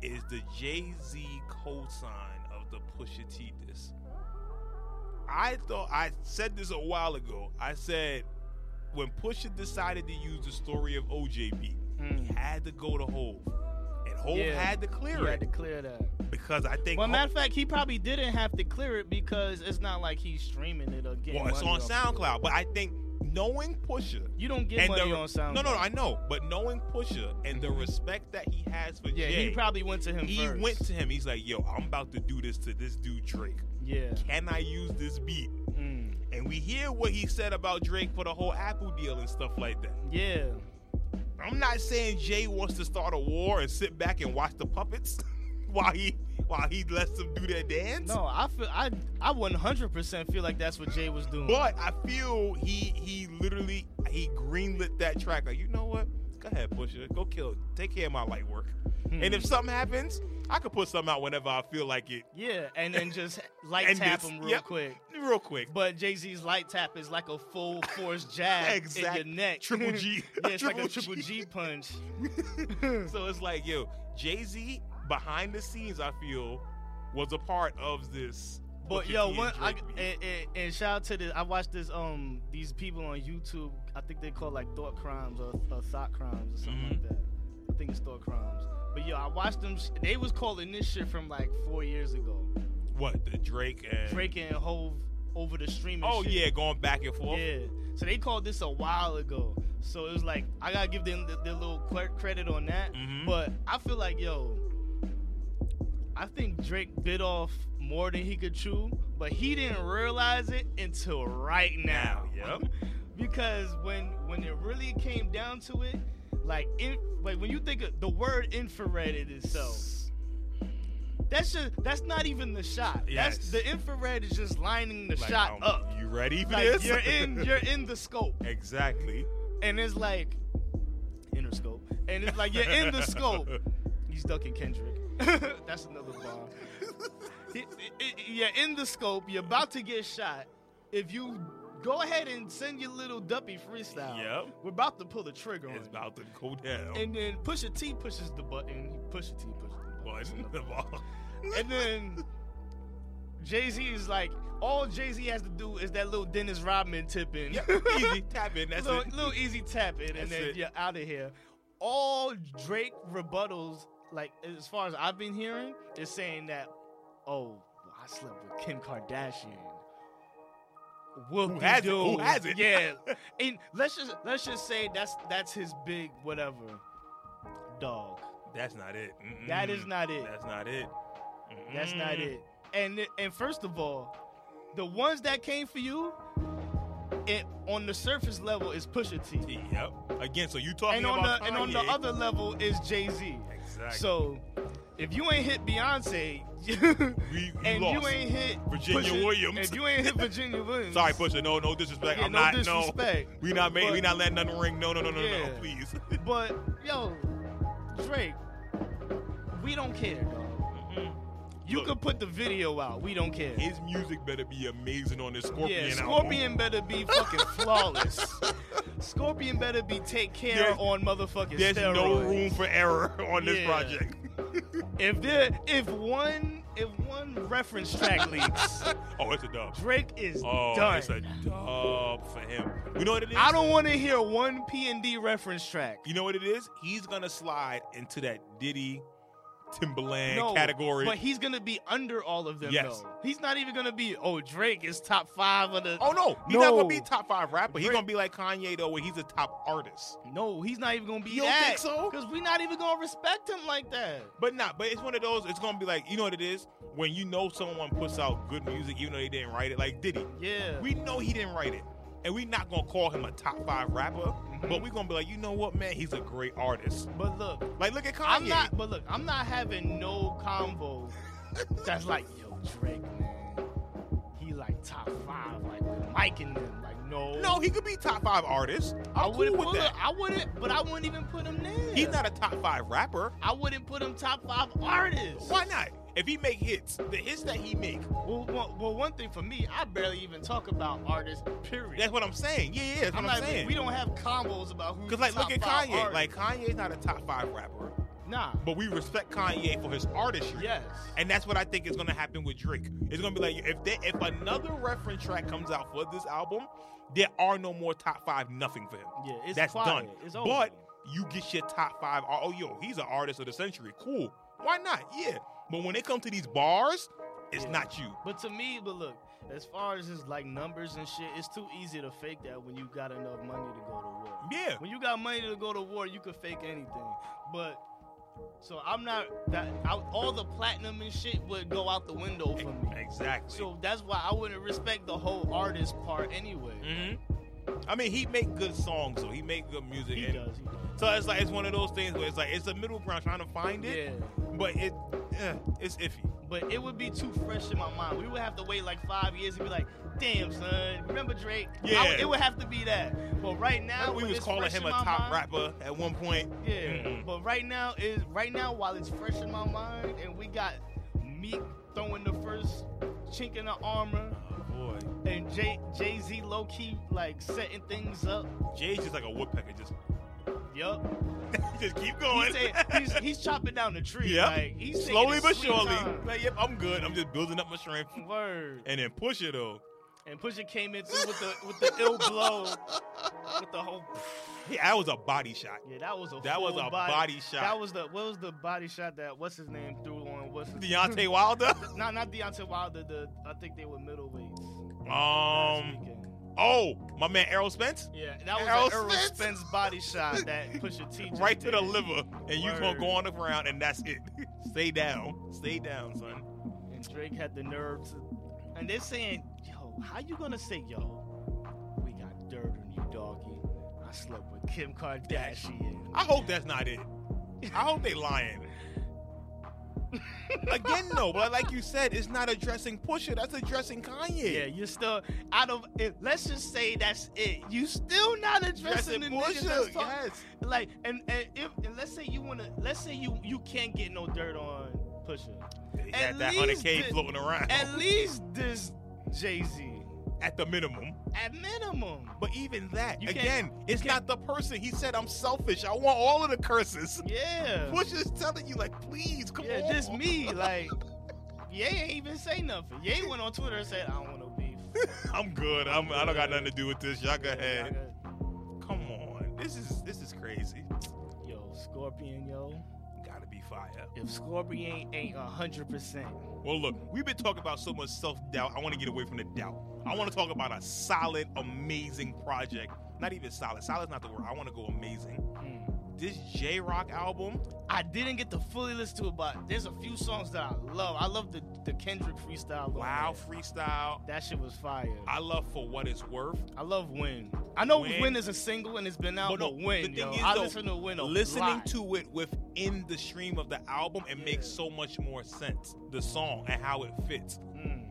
is the Jay Z cosign of the Pusha T diss. I thought I said this a while ago. I said when Pusha decided to use the story of OJ beat,
Mm.
he had to go to Hove, and Hove
Yeah,
had to
You
clear
had
it
to clear that.
because I think
Well, matter of fact, he probably didn't have to clear it because it's not like he's streaming it again.
well, it's on SoundCloud. But I think knowing Pusha
You don't get
and
money
the
on SoundCloud.
no, no, I know, but knowing Pusha and the respect that he has for
Yeah,
Jay,
he probably went to him
he
first.
went to him. He's like, "Yo, I'm about to do this to this dude Drake.
Yeah.
Can I use this beat?"
Mm.
And we hear what he said about Drake for the whole Apple deal and stuff like that.
Yeah.
I'm not saying Jay wants to start a war and sit back and watch the puppets *laughs* while he while he lets them do their dance.
No, I feel I I 100% feel like that's what Jay was doing.
But I feel he he literally he greenlit that track. Like, you know what? Go ahead, Pusha. Go kill. Take care of my light work.
Mm.
And if something happens, I could put something out whenever I feel like it,
yeah, and then just light
*laughs* And
tap
this-
him real
yep.
quick.
real
*laughs*
quick.
But Jay Z's light tap is like a full
*laughs*
force jab
Exact-
in your neck.
Triple G.
*laughs*
*laughs*
yeah, it's like a
Triple
triple
G.
G
*laughs*
punch.
So it's like, yo, Jay Z behind the scenes, I feel, was a part of this.
But
Booker
yo,
T and
one I,
Drake beef.
and, and, and shout out to this. I watched this um these people on YouTube. I think they call it like thought crimes or, or thought crimes or something
Mm-hmm.
like that. I think it's thought crimes. But yo, I watched them. sh- They was calling this shit from like four years ago.
what the Drake and
Drake and Hove over the streaming.
Oh
shit.
yeah, going back and forth.
Yeah. So they called this a while ago. So it was like I gotta give them th- their little cre- credit on that.
Mhm.
But I feel like yo, I think Drake bit off more than he could chew, but he didn't realize it until right now.
Now, yep.
because when when it really came down to it, like in, like when you think of the word infrared in itself. That's just that's not even the shot.
Yes.
That's the infrared is just lining the
Like,
shot
um, *laughs*
up.
You ready for
Like
this? *laughs*
you're in you're in the scope.
exactly.
And it's like inner scope. And it's like you're in
*laughs*
the scope. He's ducking Kendrick. *laughs* That's
*laughs*
another bomb. Y- y- you're in the scope, you're about to get shot. If you go ahead and send your little duppy freestyle,
Yep.
we're about to pull the trigger on
It's
you.
about to go down.
And then Pusha T pushes the button. He Pusha T pushes the button. That's
One,
another
the
*laughs*
ball. *laughs*
and then Jay Z is like, all Jay Z has to do is that little Dennis Rodman tip in,
Yeah, *laughs* easy tap in. That's
little,
it.
little easy tap in,
That's
and then
it.
you're out of here. All Drake rebuttals, like as far as I've been hearing, is saying that, oh, I slept with Kim Kardashian. Whoop
Who hasn't? Who
dude.
hasn't? *laughs*
Yeah, and let's just let's just say that's that's his big whatever. Dog,
That's not it. Mm-mm.
that is not it.
That's not it.
That's not
Mm-mm.
it. And and first of all, the ones that came for you, it on the surface level is Pusha T,
Yep. Again, so you talking
and on
about
the and on the
Kanye.
other level is Jay Z.
Exactly.
So if you ain't hit Beyonce, *laughs*
we, we
and
lost.
you ain't hit
Virginia
Pusha-
Williams.
if you ain't
*laughs*
hit Virginia Williams,
Sorry, Pusha. No, no disrespect.
yeah,
I'm
no
not. No.
disrespect.
We not making.
But-
We not letting nothing ring. No, no, no, no, no.
Yeah.
Please. *laughs*
But yo, Drake, we don't care, dog. You
Look.
could put the video out. We don't care.
His music better be amazing on this Scorpion
yeah,
album.
Scorpion better be fucking
*laughs*
flawless. Scorpion better be take care
There's-
on motherfucking
There's
steroids.
no room for error *laughs* on this
Yeah.
project.
If there, if one, if one reference track leaks,
Oh, it's a dub.
Drake is
Oh,
done.
it's a dub for him. You know what it is?
I don't want to hear one P and D reference track.
You know what it is? He's gonna slide into that Diddy, Timbaland
no,
category.
but he's gonna be under all of them.
Yes.
though. he's not even gonna be. Oh, Drake is top five of the.
oh no, he's not gonna
No.
be top five rapper. He's
Drake-
gonna be like Kanye though, where he's a top artist.
No, he's not even gonna be
You don't
that.
think so?
Because we're not even gonna respect him like that.
But not. But it's one of those. It's gonna be like you know what it is when you know someone puts out good music, even though they didn't write it. Like Diddy,
Yeah.
we know he didn't write it, and we're not gonna call him a top five rapper. But we're gonna be like, you know what, man, he's a great artist.
but look,
Like look at Kanye.
I'm not, but look, I'm not having no convo
*laughs*
that's like, yo, Drake, man, he like top five, like with Mike and them, like no,
No, he could be top five artist.
I
I'm cool
wouldn't
with
put
that.
him- I wouldn't, but I wouldn't even put him there.
He's not a top five rapper.
I wouldn't put him top five artists.
Why not? If he make hits, the hits that he make,
Well, well, well, one thing for me, I barely even talk about artists. Period.
that's what I'm saying. Yeah, yeah, that's what
I'm
I'm,
not-
saying.
We don't have combos about who.
Cause like, look
top
at
five
Kanye.
artists.
Like Kanye's not a top five rapper,
nah,
but we respect Kanye for his artistry.
yes,
And that's what I think is gonna happen with Drake. It's gonna be like if they, if another reference track comes out for this album, there are no more top five nothing for him.
yeah, it's
that's
quiet.
done.
It's over.
But you get your top five. Oh, oh, yo, he's an artist of the century. Cool. Why not? Yeah. But when it comes to these bars, it's
Yeah.
not you.
But to me, but look, as far as his like numbers and shit, it's too easy to fake that when you got enough money to go to war.
Yeah.
When you got money to go to war, you can fake anything. But so I'm not that I, all the platinum and shit would go out the window for me.
Exactly.
So that's why I wouldn't respect the whole artist part anyway.
hmm I mean, he make good songs, so he make good music.
Mm-hmm. He
and-
does. He does.
So it's like it's one of those things where it's like it's a middle ground trying to find it,
Yeah,
but it eh, it's iffy.
but it would be too fresh in my mind. We would have to wait like five years and be like, damn son, remember Drake? I
Yeah.
would- it would have to be that. But right
Remember
now,
we
when
was
it's
calling
fresh
him
in
a
my
top
mind-
rapper Mm-hmm. at one point.
Yeah,
Mm-mm.
but right now is right now while it's fresh in my mind, and we got Meek throwing the first chink in the armor,
Oh boy,
and Jay Jay Z low key like setting things up.
Jay's just like a woodpecker. Just
Yup,
just keep
he
going. *laughs*
said he's, he's chopping down the tree.
Yep.
like, he's taking
Slowly
his
but
sweet
surely.
time.
Like, yep, I'm good. I'm just building up my strength.
Word.
And then push it though.
And Pusha came in too with the with the ill blow, with the whole.
Yeah, that was a body shot.
Yeah, that was a
That was
full
a
body.
body
That
shot.
was the what was the body shot that what's his name threw on what's his
Deontay Wilder. *laughs*
No, *laughs* not Deontay Wilder. The I think they were middleweights. last
Um.
weekend.
Oh, my man Errol Spence.
yeah, that was
Errol
an Errol
Spence?
Spence body shot that Pusha T just
Right to the
did.
liver, and you gonna
Word.
go on the ground, and that's it. *laughs* Stay down, stay down, son.
And Drake had the nerve to, and they're saying, "Yo, how you gonna say, yo, we got dirt on you, doggy? I slept with Kim Kardashian."
I hope that's not it. I hope they lying. Again, though, but like you said, it's not addressing Pusha. That's addressing Kanye.
Yeah, you're still out of. If, let's just say that's it. You still not
addressing
addressing the niggas that's
Pusha.
talking.
Yes.
Like, and, and if and let's say you wanna, let's say you you can't get no dirt on Pusha.
They
At
had that hundred K
least the-
floating around
At least this Jay Z,
at the minimum.
at minimum. But
But even that,
You can't-
again, it's not the person. He said, "I'm selfish. I want all of the curses."
yeah,
Pusha's telling you, like, please, come
yeah,
on.
just me. Like, Ye ain't even say nothing. Ye went on Twitter and said, "I don't want no
*laughs*
beef."
*laughs* I'm good. I'm, I don't got nothing to do with this. Y'all go
Yeah,
ahead.
y'all
Come on. This is this is crazy.
got- Yo, Scorpion, yo.
Gotta be fire.
If Scorpion ain't a hundred percent,
Well, look, we've been talking about so much self doubt. I want to get away from the doubt. I want to talk about a solid, amazing project. Not even solid. Solid's not the word. I want to go amazing. This J Rock album,
hmm, I didn't get to fully listen to it, but there's a few songs that I love. I love the the Kendrick freestyle. on
wow,
there.
freestyle.
that shit was fire. I,
I love for what it's worth.
love Win. I know
Win.
Win, is a single and it's been out,
But
but,
no,
Win,
the thing
yo,
is,
I
though,
listen to Win a
Listening
lot.
to it within the stream of the album, it makes
Yeah.
so much more sense. The song and how it fits.
Mm.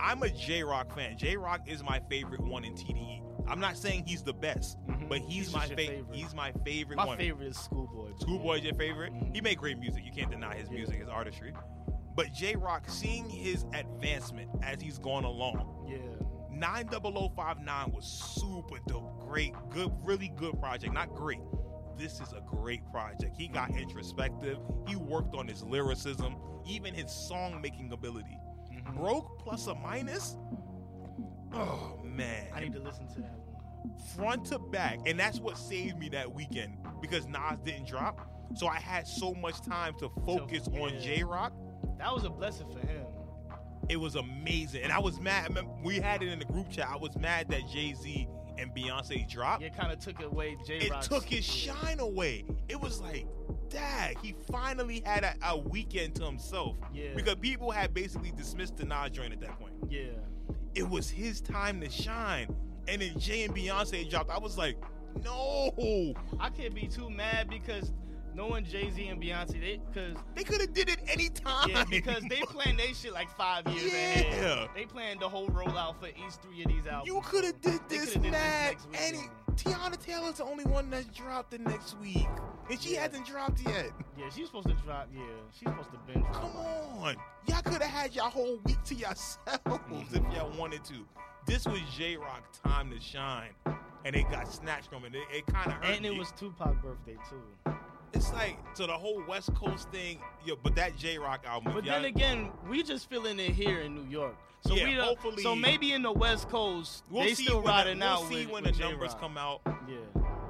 I'm a J Rock fan. J Rock is my favorite one in TDE. I'm not saying he's the best,
Mhm.
but he's,
just
my
your
fa- He's my favorite
My
one.
favorite is Schoolboy.
Schoolboy's your favorite.
Mhm.
He made great music. You can't deny his
Yeah.
music, his artistry. But J Rock, seeing his advancement as he's gone along,
Yeah.
90059 was super dope. Great, good, really good project. Not great. This is a great project. He got
Mm-hmm.
introspective. He worked on his lyricism, even his song making ability.
Mhm.
Broke plus or minus? Oh, man
I need to listen to that one.
front to back, and that's what saved me that weekend because Nas didn't drop. So I had so much time to focus on
yeah.
J Rock.
That was a blessing for him.
It was amazing, and I was mad. I remember we had it in the group chat. I was mad that Jay Z and Beyonce dropped.
It kind of took away J.
it took his shine away. It was like, dad, he finally had a, a weekend to himself
Yeah.
because people had basically dismissed the Nas joint at that point.
yeah.
It was his time to shine, and then Jay and Beyonce dropped. I was like, no,
I can't be too mad because knowing Jay Z and Beyonce, they because
They could have did it any time.
yeah, because they plan they shit like five years ahead.
yeah.
They planned the whole rollout for each three of these albums.
You could have did
They
this
coulda did this
mad
next
any.
weekend.
*laughs* Tiana Taylor's the only one that's dropped the next week, and she
Yeah.
hasn't dropped yet.
Yeah, she's supposed to drop. Yeah, she's supposed to binge. drop.
Come on, y'all could have had your whole week to yourselves if y'all wanted to. This was J Rock time to shine, and it got snatched from it. It, kind of hurt.
And it
me.
was Tupac's birthday too.
It's like so the whole West Coast thing. Yo, but that J Rock album.
But
y'all-
then again, we just feeling it here in New York. So
Yeah,
we don't-
hopefully-
so maybe in the West Coast
we'll
they
see
still
when the-
riding
we'll
out
see
with,
when
with
the numbers
J-Rock.
come out.
Yeah,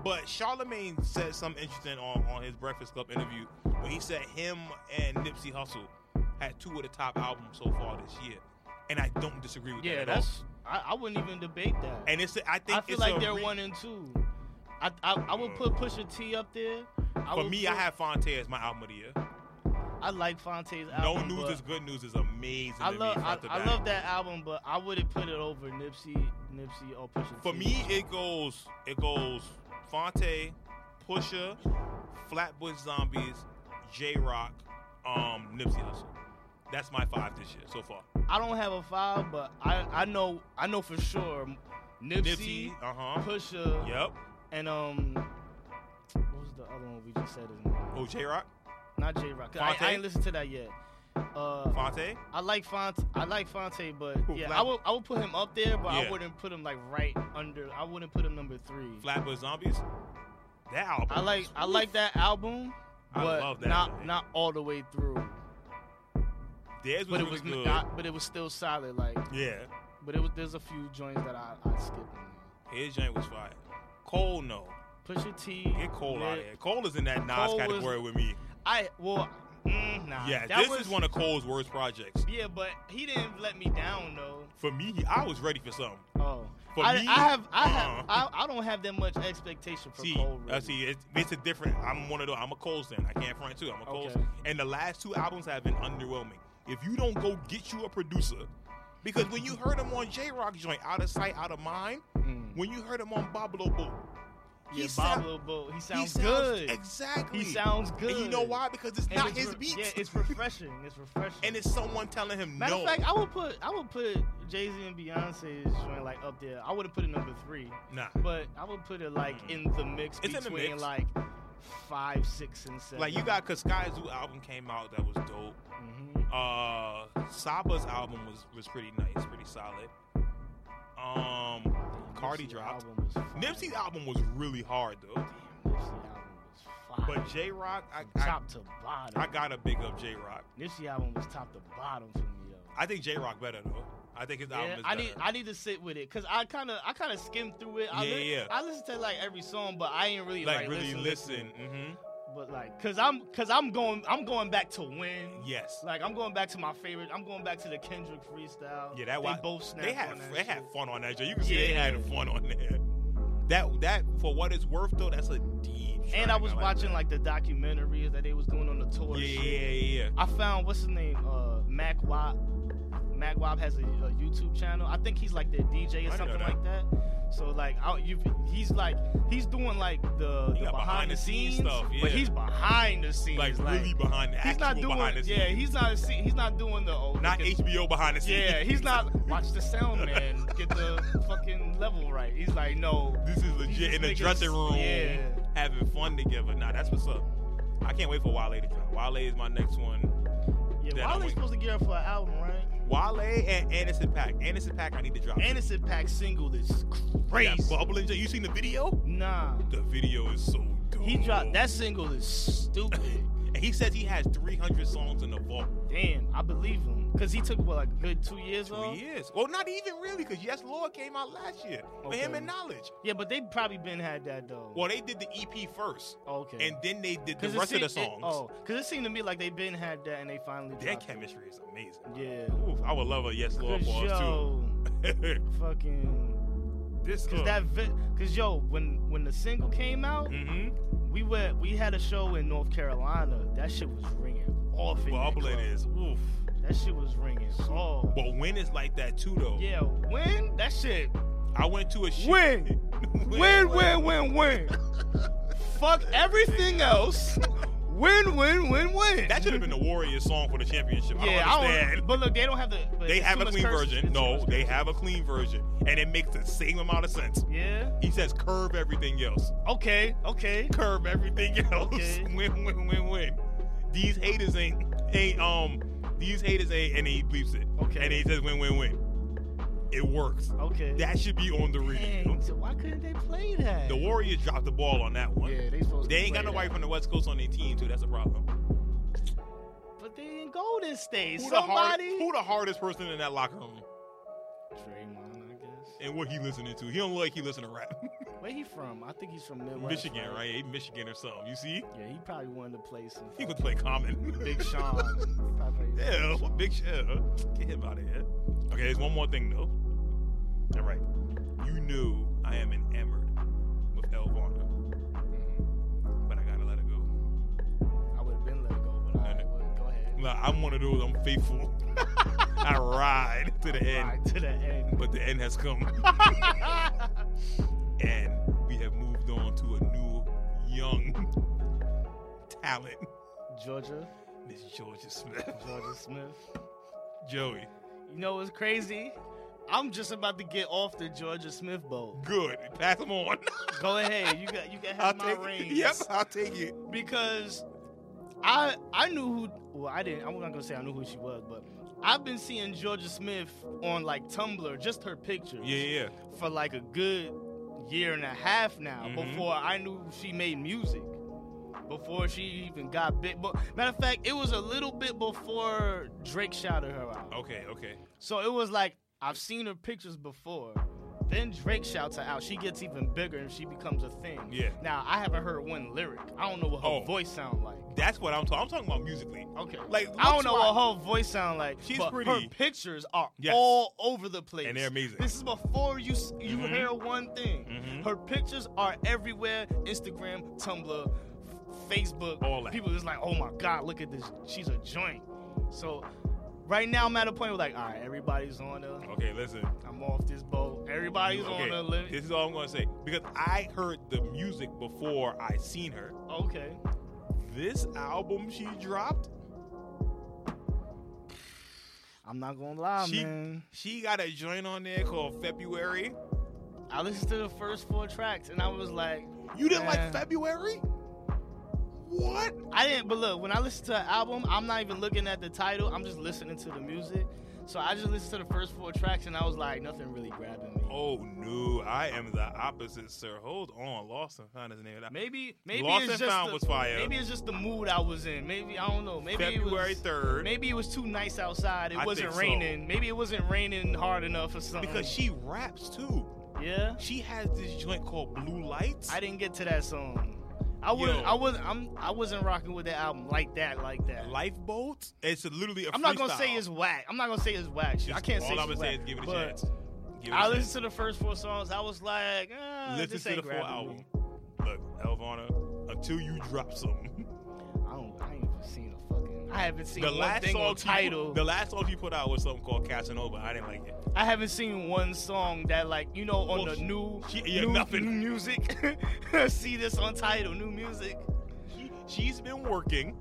But Charlemagne said something interesting on, on his Breakfast Club interview when he said him and Nipsey Hussle had two of the top albums so far this year, and I don't disagree with that
yeah,
at all.
that's I, I wouldn't even debate that.
And it's I think
I feel
it's a
like they're
re- Mm.
one and two. I, I I would put Pusha T up there. I
For
would
me,
put,
I have Fonte as my album of the year.
I like Fonte's
No
album.
news
but
is good news is amazing.
I
to
love
me,
I,
front to
I
back.
love that album, but I wouldn't put it over Nipsey Nipsey or Pusha
For
T.
me, it goes it goes Fonte, Pusha, Flatbush Zombies, J Rock, um, Nipsey Hussle. That's my five this year so far.
I don't have a five, but I, I know I know for sure Nipsey,
Nipsey, uh huh.
Pusha,
Yep.
and um, what was the other one we just said? His name?
Oh, J Rock,
Not J Rock. I,
Fonte?
I ain't listened to that yet. Uh,
Fonte.
I like Font. I like Fonte, but
Who,
yeah,
Flat-
I would I would put him up there, but
Yeah.
I wouldn't put him like right under. I wouldn't put him number three.
Flatbush Zombies. That album.
I like I like that album,
I
but
love that
not
album.
not all the way through.
Theirs was
But it
really
was
good.
not, but it was still solid. Like,
yeah,
but it was there's a few joints that I, I skipped.
his joint was fire. Cole, no.
Pusha T.
Get Cole out of
Nip-
here. Cole is in that Nas
Cole was-
category with me.
I well, mm, nah.
Yeah,
that
this
was,
is one of Cole's worst projects.
Yeah, but he didn't let me down though.
For me, he- I was ready for something.
Oh,
For
I,
me,
I have I
uh-uh.
have I, I don't have that much expectation for
See,
Cole.
uh,
Really.
see, it's, it's a different. I'm one of those. I'm a Cole's fan. I can't front too. I'm a Cole's.
Okay.
And the last two albums have been underwhelming. If you don't go get you a producer, because when you heard him on J Rock joint, out of sight, out of mind.
Mm.
When you heard him on Pablo Boat,
Yeah,
sound-
Bob Lil Bo. He
he
sounds good.
Exactly.
He sounds good.
And you know why? Because it's
And
not
it's
his
re-
beats.
Yeah,
*laughs*
it's refreshing. It's refreshing.
and it's someone telling him
matter
no.
of fact, I would put I would put Jay Z and Beyonce's joint like up there. I would have put it number three,
nah.
but I would put it like
Mm.
in the mix
It's in the
between
mix.
like five, six, and seven.
Like you got, cause Sky Zoo album came out that was dope.
Mhm.
Uh, Saba's album was was pretty nice, pretty solid. Um, Cardi
Nipsey
dropped.
album was fire.
Nipsey's album was really hard though.
Damn, Nipsey album was fire.
But J Rock, I,
From
I
top to bottom.
I gotta big up J Rock.
Nipsey album was top to bottom for me though.
I think J Rock better though. I think his album
Yeah,
is
I
better.
need I need to sit with it because I kind of I kind of skimmed through it. I
Yeah,
li-
yeah.
I listened to like every song, but I ain't really
like,
like,
really
listen,
listen. hmm
But like, cause I'm cause I'm going I'm going back to when.
Mm-hmm. Yes,
Like I'm going back to my favorite. I'm going back to the Kendrick freestyle.
Yeah, that
they
wa-
both snapped
they had
on that
they had
shit.
fun on that. Joe. You can see they
Yeah.
had fun on there. That that for what it's worth though, that's a deep. track.
And I was
like
watching
that.
like the documentaries that they was doing on the tour. and
yeah,
shit.
yeah, yeah, yeah.
I found what's his name, uh, Mac Wop. Mac Wop has a, a YouTube channel. I think he's like their
I
DJ or
know
something
that.
like that. So like, I, you, he's like he's doing like the,
He
the
got
behind, the scenes
stuff,
but
yeah.
he's behind the scenes.
Like, really behind the
he's
actual
not doing.
behind the scenes.
yeah, he's not. see- He's not doing the old.
not HBO behind the scenes.
Yeah, he's not.
*laughs*
Watch the sound man get the fucking level right. He's like, no,
This is
He's
legit
just
in the
making
dressing
s-
room,
yeah.
having fun together. Nah, that's what's up. I can't wait for Wale to come. Wale is my next one. That
yeah.
I'm
Why
with-
supposed to gear up for an album, right?
Wale and Anderson Pack. Anderson Pack, I need to drop. it.
Anderson Pack single is
That
crazy.
bubbling. Joe, You seen the video?
Nah.
The video is so dope.
He dropped that single is stupid.
And he says he has 300 songs in the vault.
Damn, I believe him. Cause he took what like a good two years
Two
off?
years. Well, not even really, because Yes Lord came out last year. But him
Okay.
and Knowledge.
Yeah, but they probably been had that though.
Well, they did the EP first,
okay.
and then they did the
'Cause it
rest of the
seem- it-
songs.
oh, cause it seemed to me like they been had that and they finally
Their
dropped. it.
chemistry is amazing.
Yeah.
Oof, I would love a Yes Lord
Cause
boss
yo,
too. *laughs*
fucking.
this
Cause that vi- cause yo, when when the single came out,
Mm-hmm.
we went we had a show in North Carolina. That shit was ringing off in that,
Bubbling
club.
is oof.
that shit was ringing off.
But when it's like that too though.
Yeah, when that shit
I went to a shit.
When? Win, win, win, win. Fuck everything else. Win, win, win, win.
That should have been the Warriors song for the championship.
yeah,
I
I
don't
don't.
understand.
but look, they don't have the. but
they
it's
have
too
a
much
clean
curse-
version.
it's too
No,
much
they
curse.
have a clean version, and it makes the same amount of sense.
Yeah.
He says curve everything else.
Okay. Okay.
Curve *laughs* everything else.
Okay.
win, win, win, win. These haters ain't ain't um these haters ain't and he bleeps it.
Okay.
And he says win win win. It works.
Okay.
That should be on the
Dang,
radio.
so why couldn't they play that?
The Warriors dropped the ball on that one.
Yeah, they supposed.
They
to
ain't
play
got nobody
that.
from the West Coast on their team too. That's a problem.
But they in Golden State.
Who the, hard,
Somebody.
who the hardest person in that locker room
Draymond, I guess.
and what he listening to? He don't look like he listen to *laughs* rap.
Where he from? I think he's from Midwest.
Michigan, right? He Michigan or something. You see,
Yeah, he probably wanted to play some.
he could play common. *laughs*
Big Sean. Probably some
Yeah,
Sean.
big shit. Get him out of here. Okay, there's one more thing though. All right, you knew I am enamored with Elvana, but I gotta let her go.
I would have been let it go, but I
No, no.
would go ahead.
Like, I'm one of those. I'm faithful. *laughs* I ride to the end,
Right to the end.
but the end has
*laughs*
come, and we have moved on to a new, young talent,
Georgia.
Miss Georgia Smith.
Georgia Smith.
Joey.
You know what's crazy? I'm just about to get off the Georgia Smith bowl.
Good. Pass them on.
Go ahead. You got you can
*laughs* I'll
have my
take
reins.
it. Yep, I'll take it.
Because I I knew who well I didn't I'm not gonna say I knew who she was, but I've been seeing Georgia Smith on like Tumblr, just her pictures.
Yeah, yeah.
for like a good year and a half now
Mhm.
before I knew she made music. Before she even got big. But matter of fact, it was a little bit before Drake shouted her out.
Okay, okay.
So it was like I've seen her pictures before. Then Drake shouts her out. She gets even bigger and she becomes a thing.
Yeah.
Now I haven't heard one lyric. I don't know what her
Oh.
voice sounds like.
That's what I'm talking. I'm talking about musically.
Okay.
Like
I don't know
looks-wise-
what her voice sound like.
She's
but Her
pretty.
pictures are
Yes.
all over the place,
And they're amazing.
This is before you s- you
Mhm.
hear one thing.
Mhm.
Her pictures are everywhere: Instagram, Tumblr, f- Facebook.
All that.
People just like, oh my god, look at this. She's a joint. So right now I'm at a point where like, all right, everybody's on her.
Okay, listen.
I'm off this boat. Everybody's
okay.
on her. Li-
This is all I'm gonna say because I heard the music before I seen her.
okay.
This album she dropped,
I'm not gonna lie,
She-
man.
she got a joint on there called February.
I listened to the first four tracks and I was like,
You didn't
Yeah.
like February? What?
I didn't, but look, when I listen to an album, I'm not even looking at the title. I'm just listening to the music. So I just listened to the first four tracks, and I was like, nothing really grabbing me.
Oh no, I am the opposite, sir. Hold on, lost and found his name.
Maybe, maybe
Lost
it's
and
just
Found
the,
was fire.
maybe it's just the mood I was in. Maybe I don't know. Maybe
February
it was,
third.
Maybe it was too nice outside. It
I
wasn't
think so.
raining. Maybe it wasn't raining hard enough or something.
Because she raps too.
yeah,
She has this joint called Blue Lights.
I didn't get to that song. I wasn't.
Yo.
I wasn't. I'm. I wasn't rocking with that album like that. Like that.
Lifeboat. It's literally a
I'm not gonna
freestyle.
say it's whack. I'm not gonna say it's whack. Shit, I
Just-
can't
all
say.
I'm
she's
gonna say
whack,
is give it a
but-
chance. Give it
I
a chance.
listened to the first four songs. I was like, ah,
Listen
this
to the
ain't
full
grabbing
album.
me.
Look, Elvana, until you drop something.
I don't. I ain't even seen a fucking. I haven't seen
The
one
last
thing
song
on
she put-
title.
the last song she put out was something called Casanova. I didn't like it.
I haven't seen one song that like you know on
Well,
the
she-
new
she- yeah,
new,
nothing.
new music. *laughs* See this on title, new music.
She, she's been working.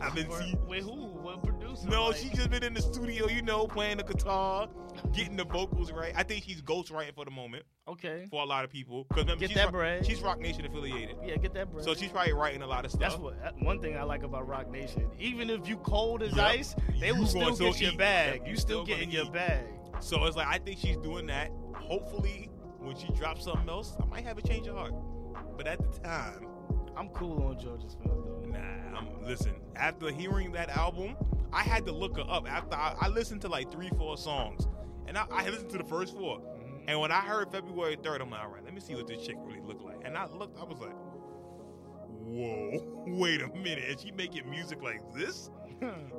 I've been
For-
seeing.
With who? What producer?
No,
Like,
she just been in the studio, you know, playing the guitar, getting the vocals right. I think she's ghostwriting for the moment
okay.
for a lot of people. Because remember,
Get
she's,
that
Rock-
bread.
she's Rock Nation affiliated,
Yeah, get that, bro.
so she's probably writing a lot of stuff.
That's what that- one thing I like about Rock Nation. Even if you cold as
Yep.
ice, they
You
will still
gonna
get
still
your
eat.
bag.
Yep,
You
you still
still, getting
gonna
your
eat.
bag.
So it's like I think she's doing that. Hopefully, when she drops something else, I might have a change of heart. But at the time,
I'm cool on Georgia's film
*laughs*
though.
nah. I'm listen. After hearing that album, I had to look her up. After I, I listened to like three, four songs, and I, I listened to the first four.
Mhm.
And when I heard February third, I'm like, all right, let me see what this chick really looked like. And I looked, I was like, whoa, *laughs* wait a minute, is she making music like this?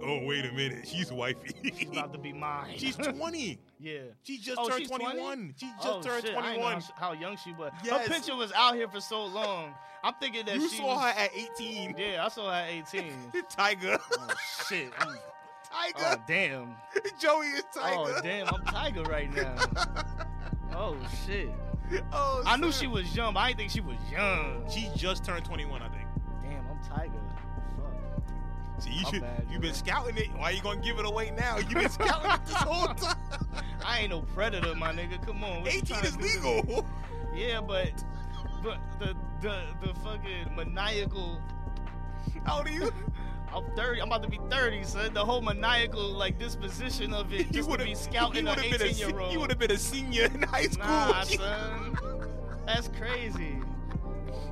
Oh, wait a minute, she's wifey. *laughs*
She's about to be mine. *laughs*
She's 20.
yeah.
She just
Oh,
turned
she's 20?
21. She just
oh,
turned
shit, I didn't know
21.
How, how young she was.
Yes.
Her picture was out here for so long. I'm thinking that
You
she
saw
was,
her at
*laughs*
18.
Yeah, I saw her
*laughs*
at 18.
Tiger.
oh shit. I'm, oh
*laughs* Tiger.
damn.
Joey is
Oh
Tiger.
damn. I'm tiger right now. Oh shit.
*laughs* Oh,
I knew
snap.
she was young. But I didn't think she was young.
She just turned 21, I think.
Damn. I'm tiger. Fuck.
See, you
My
should.
bad,
You've been
man.
scouting it. Why you gonna give it away now? You've been scouting it this
*laughs*
whole time.
I ain't no predator, my nigga. Come on. what you
18
trying to
is
do to me?
legal. *laughs*
Yeah, but but the the the fucking maniacal.
How do you?
I'm thirty. I'm about to be thirty, son. The whole maniacal like disposition of it,
*laughs* You
just to
would
be
have
scouting an
been a
eighteen
se-
year old.
You would have been a senior in high school. *laughs*
Nah, son. That's crazy.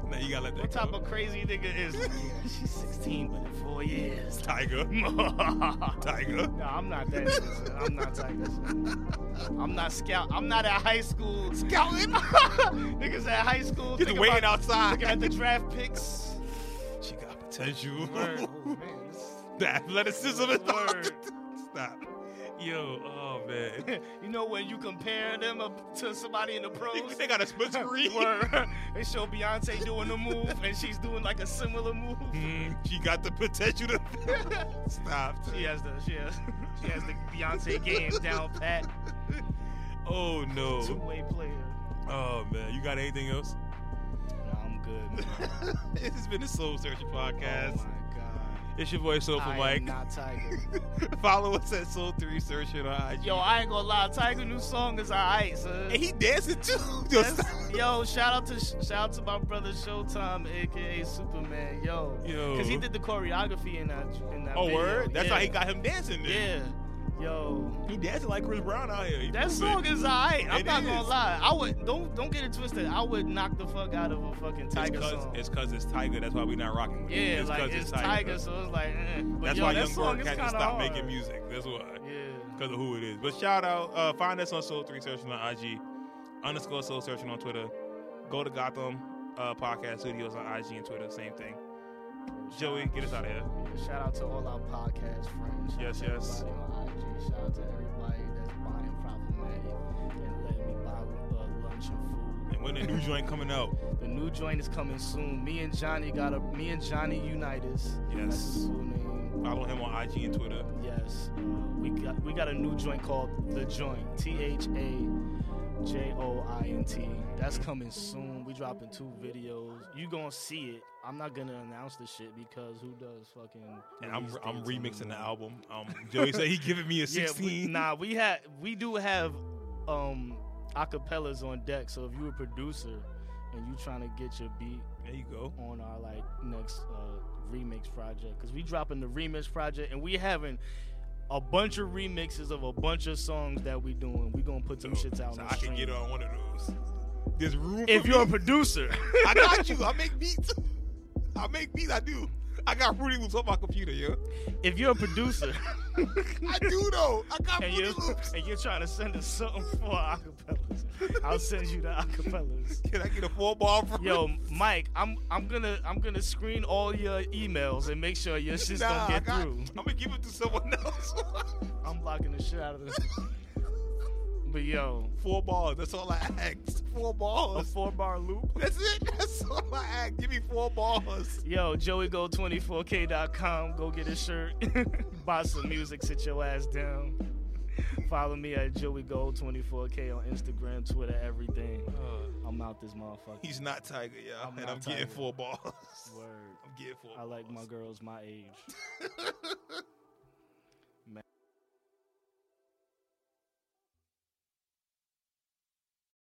Nah, you gotta let that
What
go.
type of crazy nigga
*laughs*
is? yeah, she's sixteen, but in four years.
tiger?
*laughs* Mm. nah,
Tiger.
I'm not that. nigga, son. I'm not tiger. son. I'm not scout. I'm not at high school.
Scouting. *laughs*
*laughs* Niggas at high school.
Just
thinking
waiting
about-
outside.
Looking at the draft
*laughs*
picks.
She got potential.
Word. Oh, man, this-
*laughs* the athleticism is
Word. *laughs*
Stop. Yo, oh man.
you know when you compare them up to somebody in the pros.
*laughs* they got a
*laughs*
split screen.
Where they show Beyonce doing a move and she's doing like a similar move.
Mm, *laughs* she got the potential to *laughs* stop.
She has the she has, *laughs* she has the Beyonce game down pat.
Oh
Two
no.
way player.
Oh man. You got anything
*laughs*
else?
Nah, I'm good.
this has been the Soul Searching
Man.
podcast.
Oh my god.
It's your boy Soulful
I
Mike.
am not Tiger.
*laughs* Follow us at Soul Three Search it on IG.
*laughs* Yo, I ain't gonna lie. Tiger new song is alright, son.
and he dancing too. *laughs* Yo,
That's- *laughs* yo, shout out to shout out to my brother Showtime, aka Superman. Yo,
Yo.
because he did the choreography in that. In that
oh
video.
word, that's how he
Yeah.
got him dancing. Then.
Yeah, yo,
he dancing like Chris Brown out here. He
that
moving.
song is alright. I'm
It
not
is.
gonna lie. I would don't don't get it twisted. I would knock the fuck out of a fucking Tiger
it's cause,
song.
It's cause it's Tiger. That's why we not rocking with
yeah,
it. It's
like
'cause
it's,
it's
Tiger, so it's like. Eh. But
That's
yo,
why
that
Young
song
Gorg
is
had to
kinda
stop
hard.
making music. That's why.
Yeah.
Because of who it is. But shout out, uh, find us on Soul Three Searching on IG, underscore Soul Searching on Twitter. Go to Gotham uh, Podcast Studios on IG and Twitter. Same thing. Joey, get us out of here.
Yeah, shout out to all our podcast friends. Shout
Yes,
out to
yes.
everybody on IG. Shout out to everybody that's buying problematic and letting me buy uh, lunch and food.
And when the new joint coming out?
The new joint is coming soon. Me and Johnny got a me and Johnny Unitas. That's his
Yes.
full name.
Follow him on IG and Twitter.
Yes. Uh, we got we got a new joint called The Joint. T H A J O I N T. That's coming soon. We dropping two videos. You gonna see it. I'm not gonna announce the shit because who does fucking
And I'm
release
I'm
dates
remixing the
anymore?
album. Um, Joey said he giving me a 16.
Yeah, we, nah, we had we do have um acapellas on deck. So if you a producer and you trying to get your beat
There you go.
on our like next uh, remix project, because we dropping the remix project and we having a bunch of remixes of a bunch of songs that we doing. We gonna put some
So-
shits out.
so
on
I can
stream.
get on one of those. There's room.
If
for
you're a
me.
producer,
*laughs* I got you. I make beats. I make beats. I do. I got Fruity Loops on my computer, yo.
*laughs* if you're
*laughs*
a producer
I do though. I got
and
Fruity
you're
Loops.
and you're trying to send us something for acapellas, I'll send you the acapellas.
*laughs* Can I get a four ball from
Yo, Mike, I'm I'm gonna I'm gonna screen all your emails and make sure your shit
Nah,
don't get
I got-
through.
I'm gonna give it to someone else. *laughs*
I'm blocking the shit out of this. but yo,
four balls. That's all I asked. Four
a
balls.
four
*laughs*
bar loop.
That's it. That's all I asked. Give me four balls.
Yo, joeygo24k.com. Go get a shirt. *laughs* Buy some music. Sit your ass down. Follow me at joeygo24k on Instagram, Twitter, everything. I'm out this motherfucker.
he's not Tiger, y'all,
Uh, I'm
and
not
I'm getting
Tiger.
four balls.
Word.
I'm getting four.
I like my
balls. *laughs*
girls my age.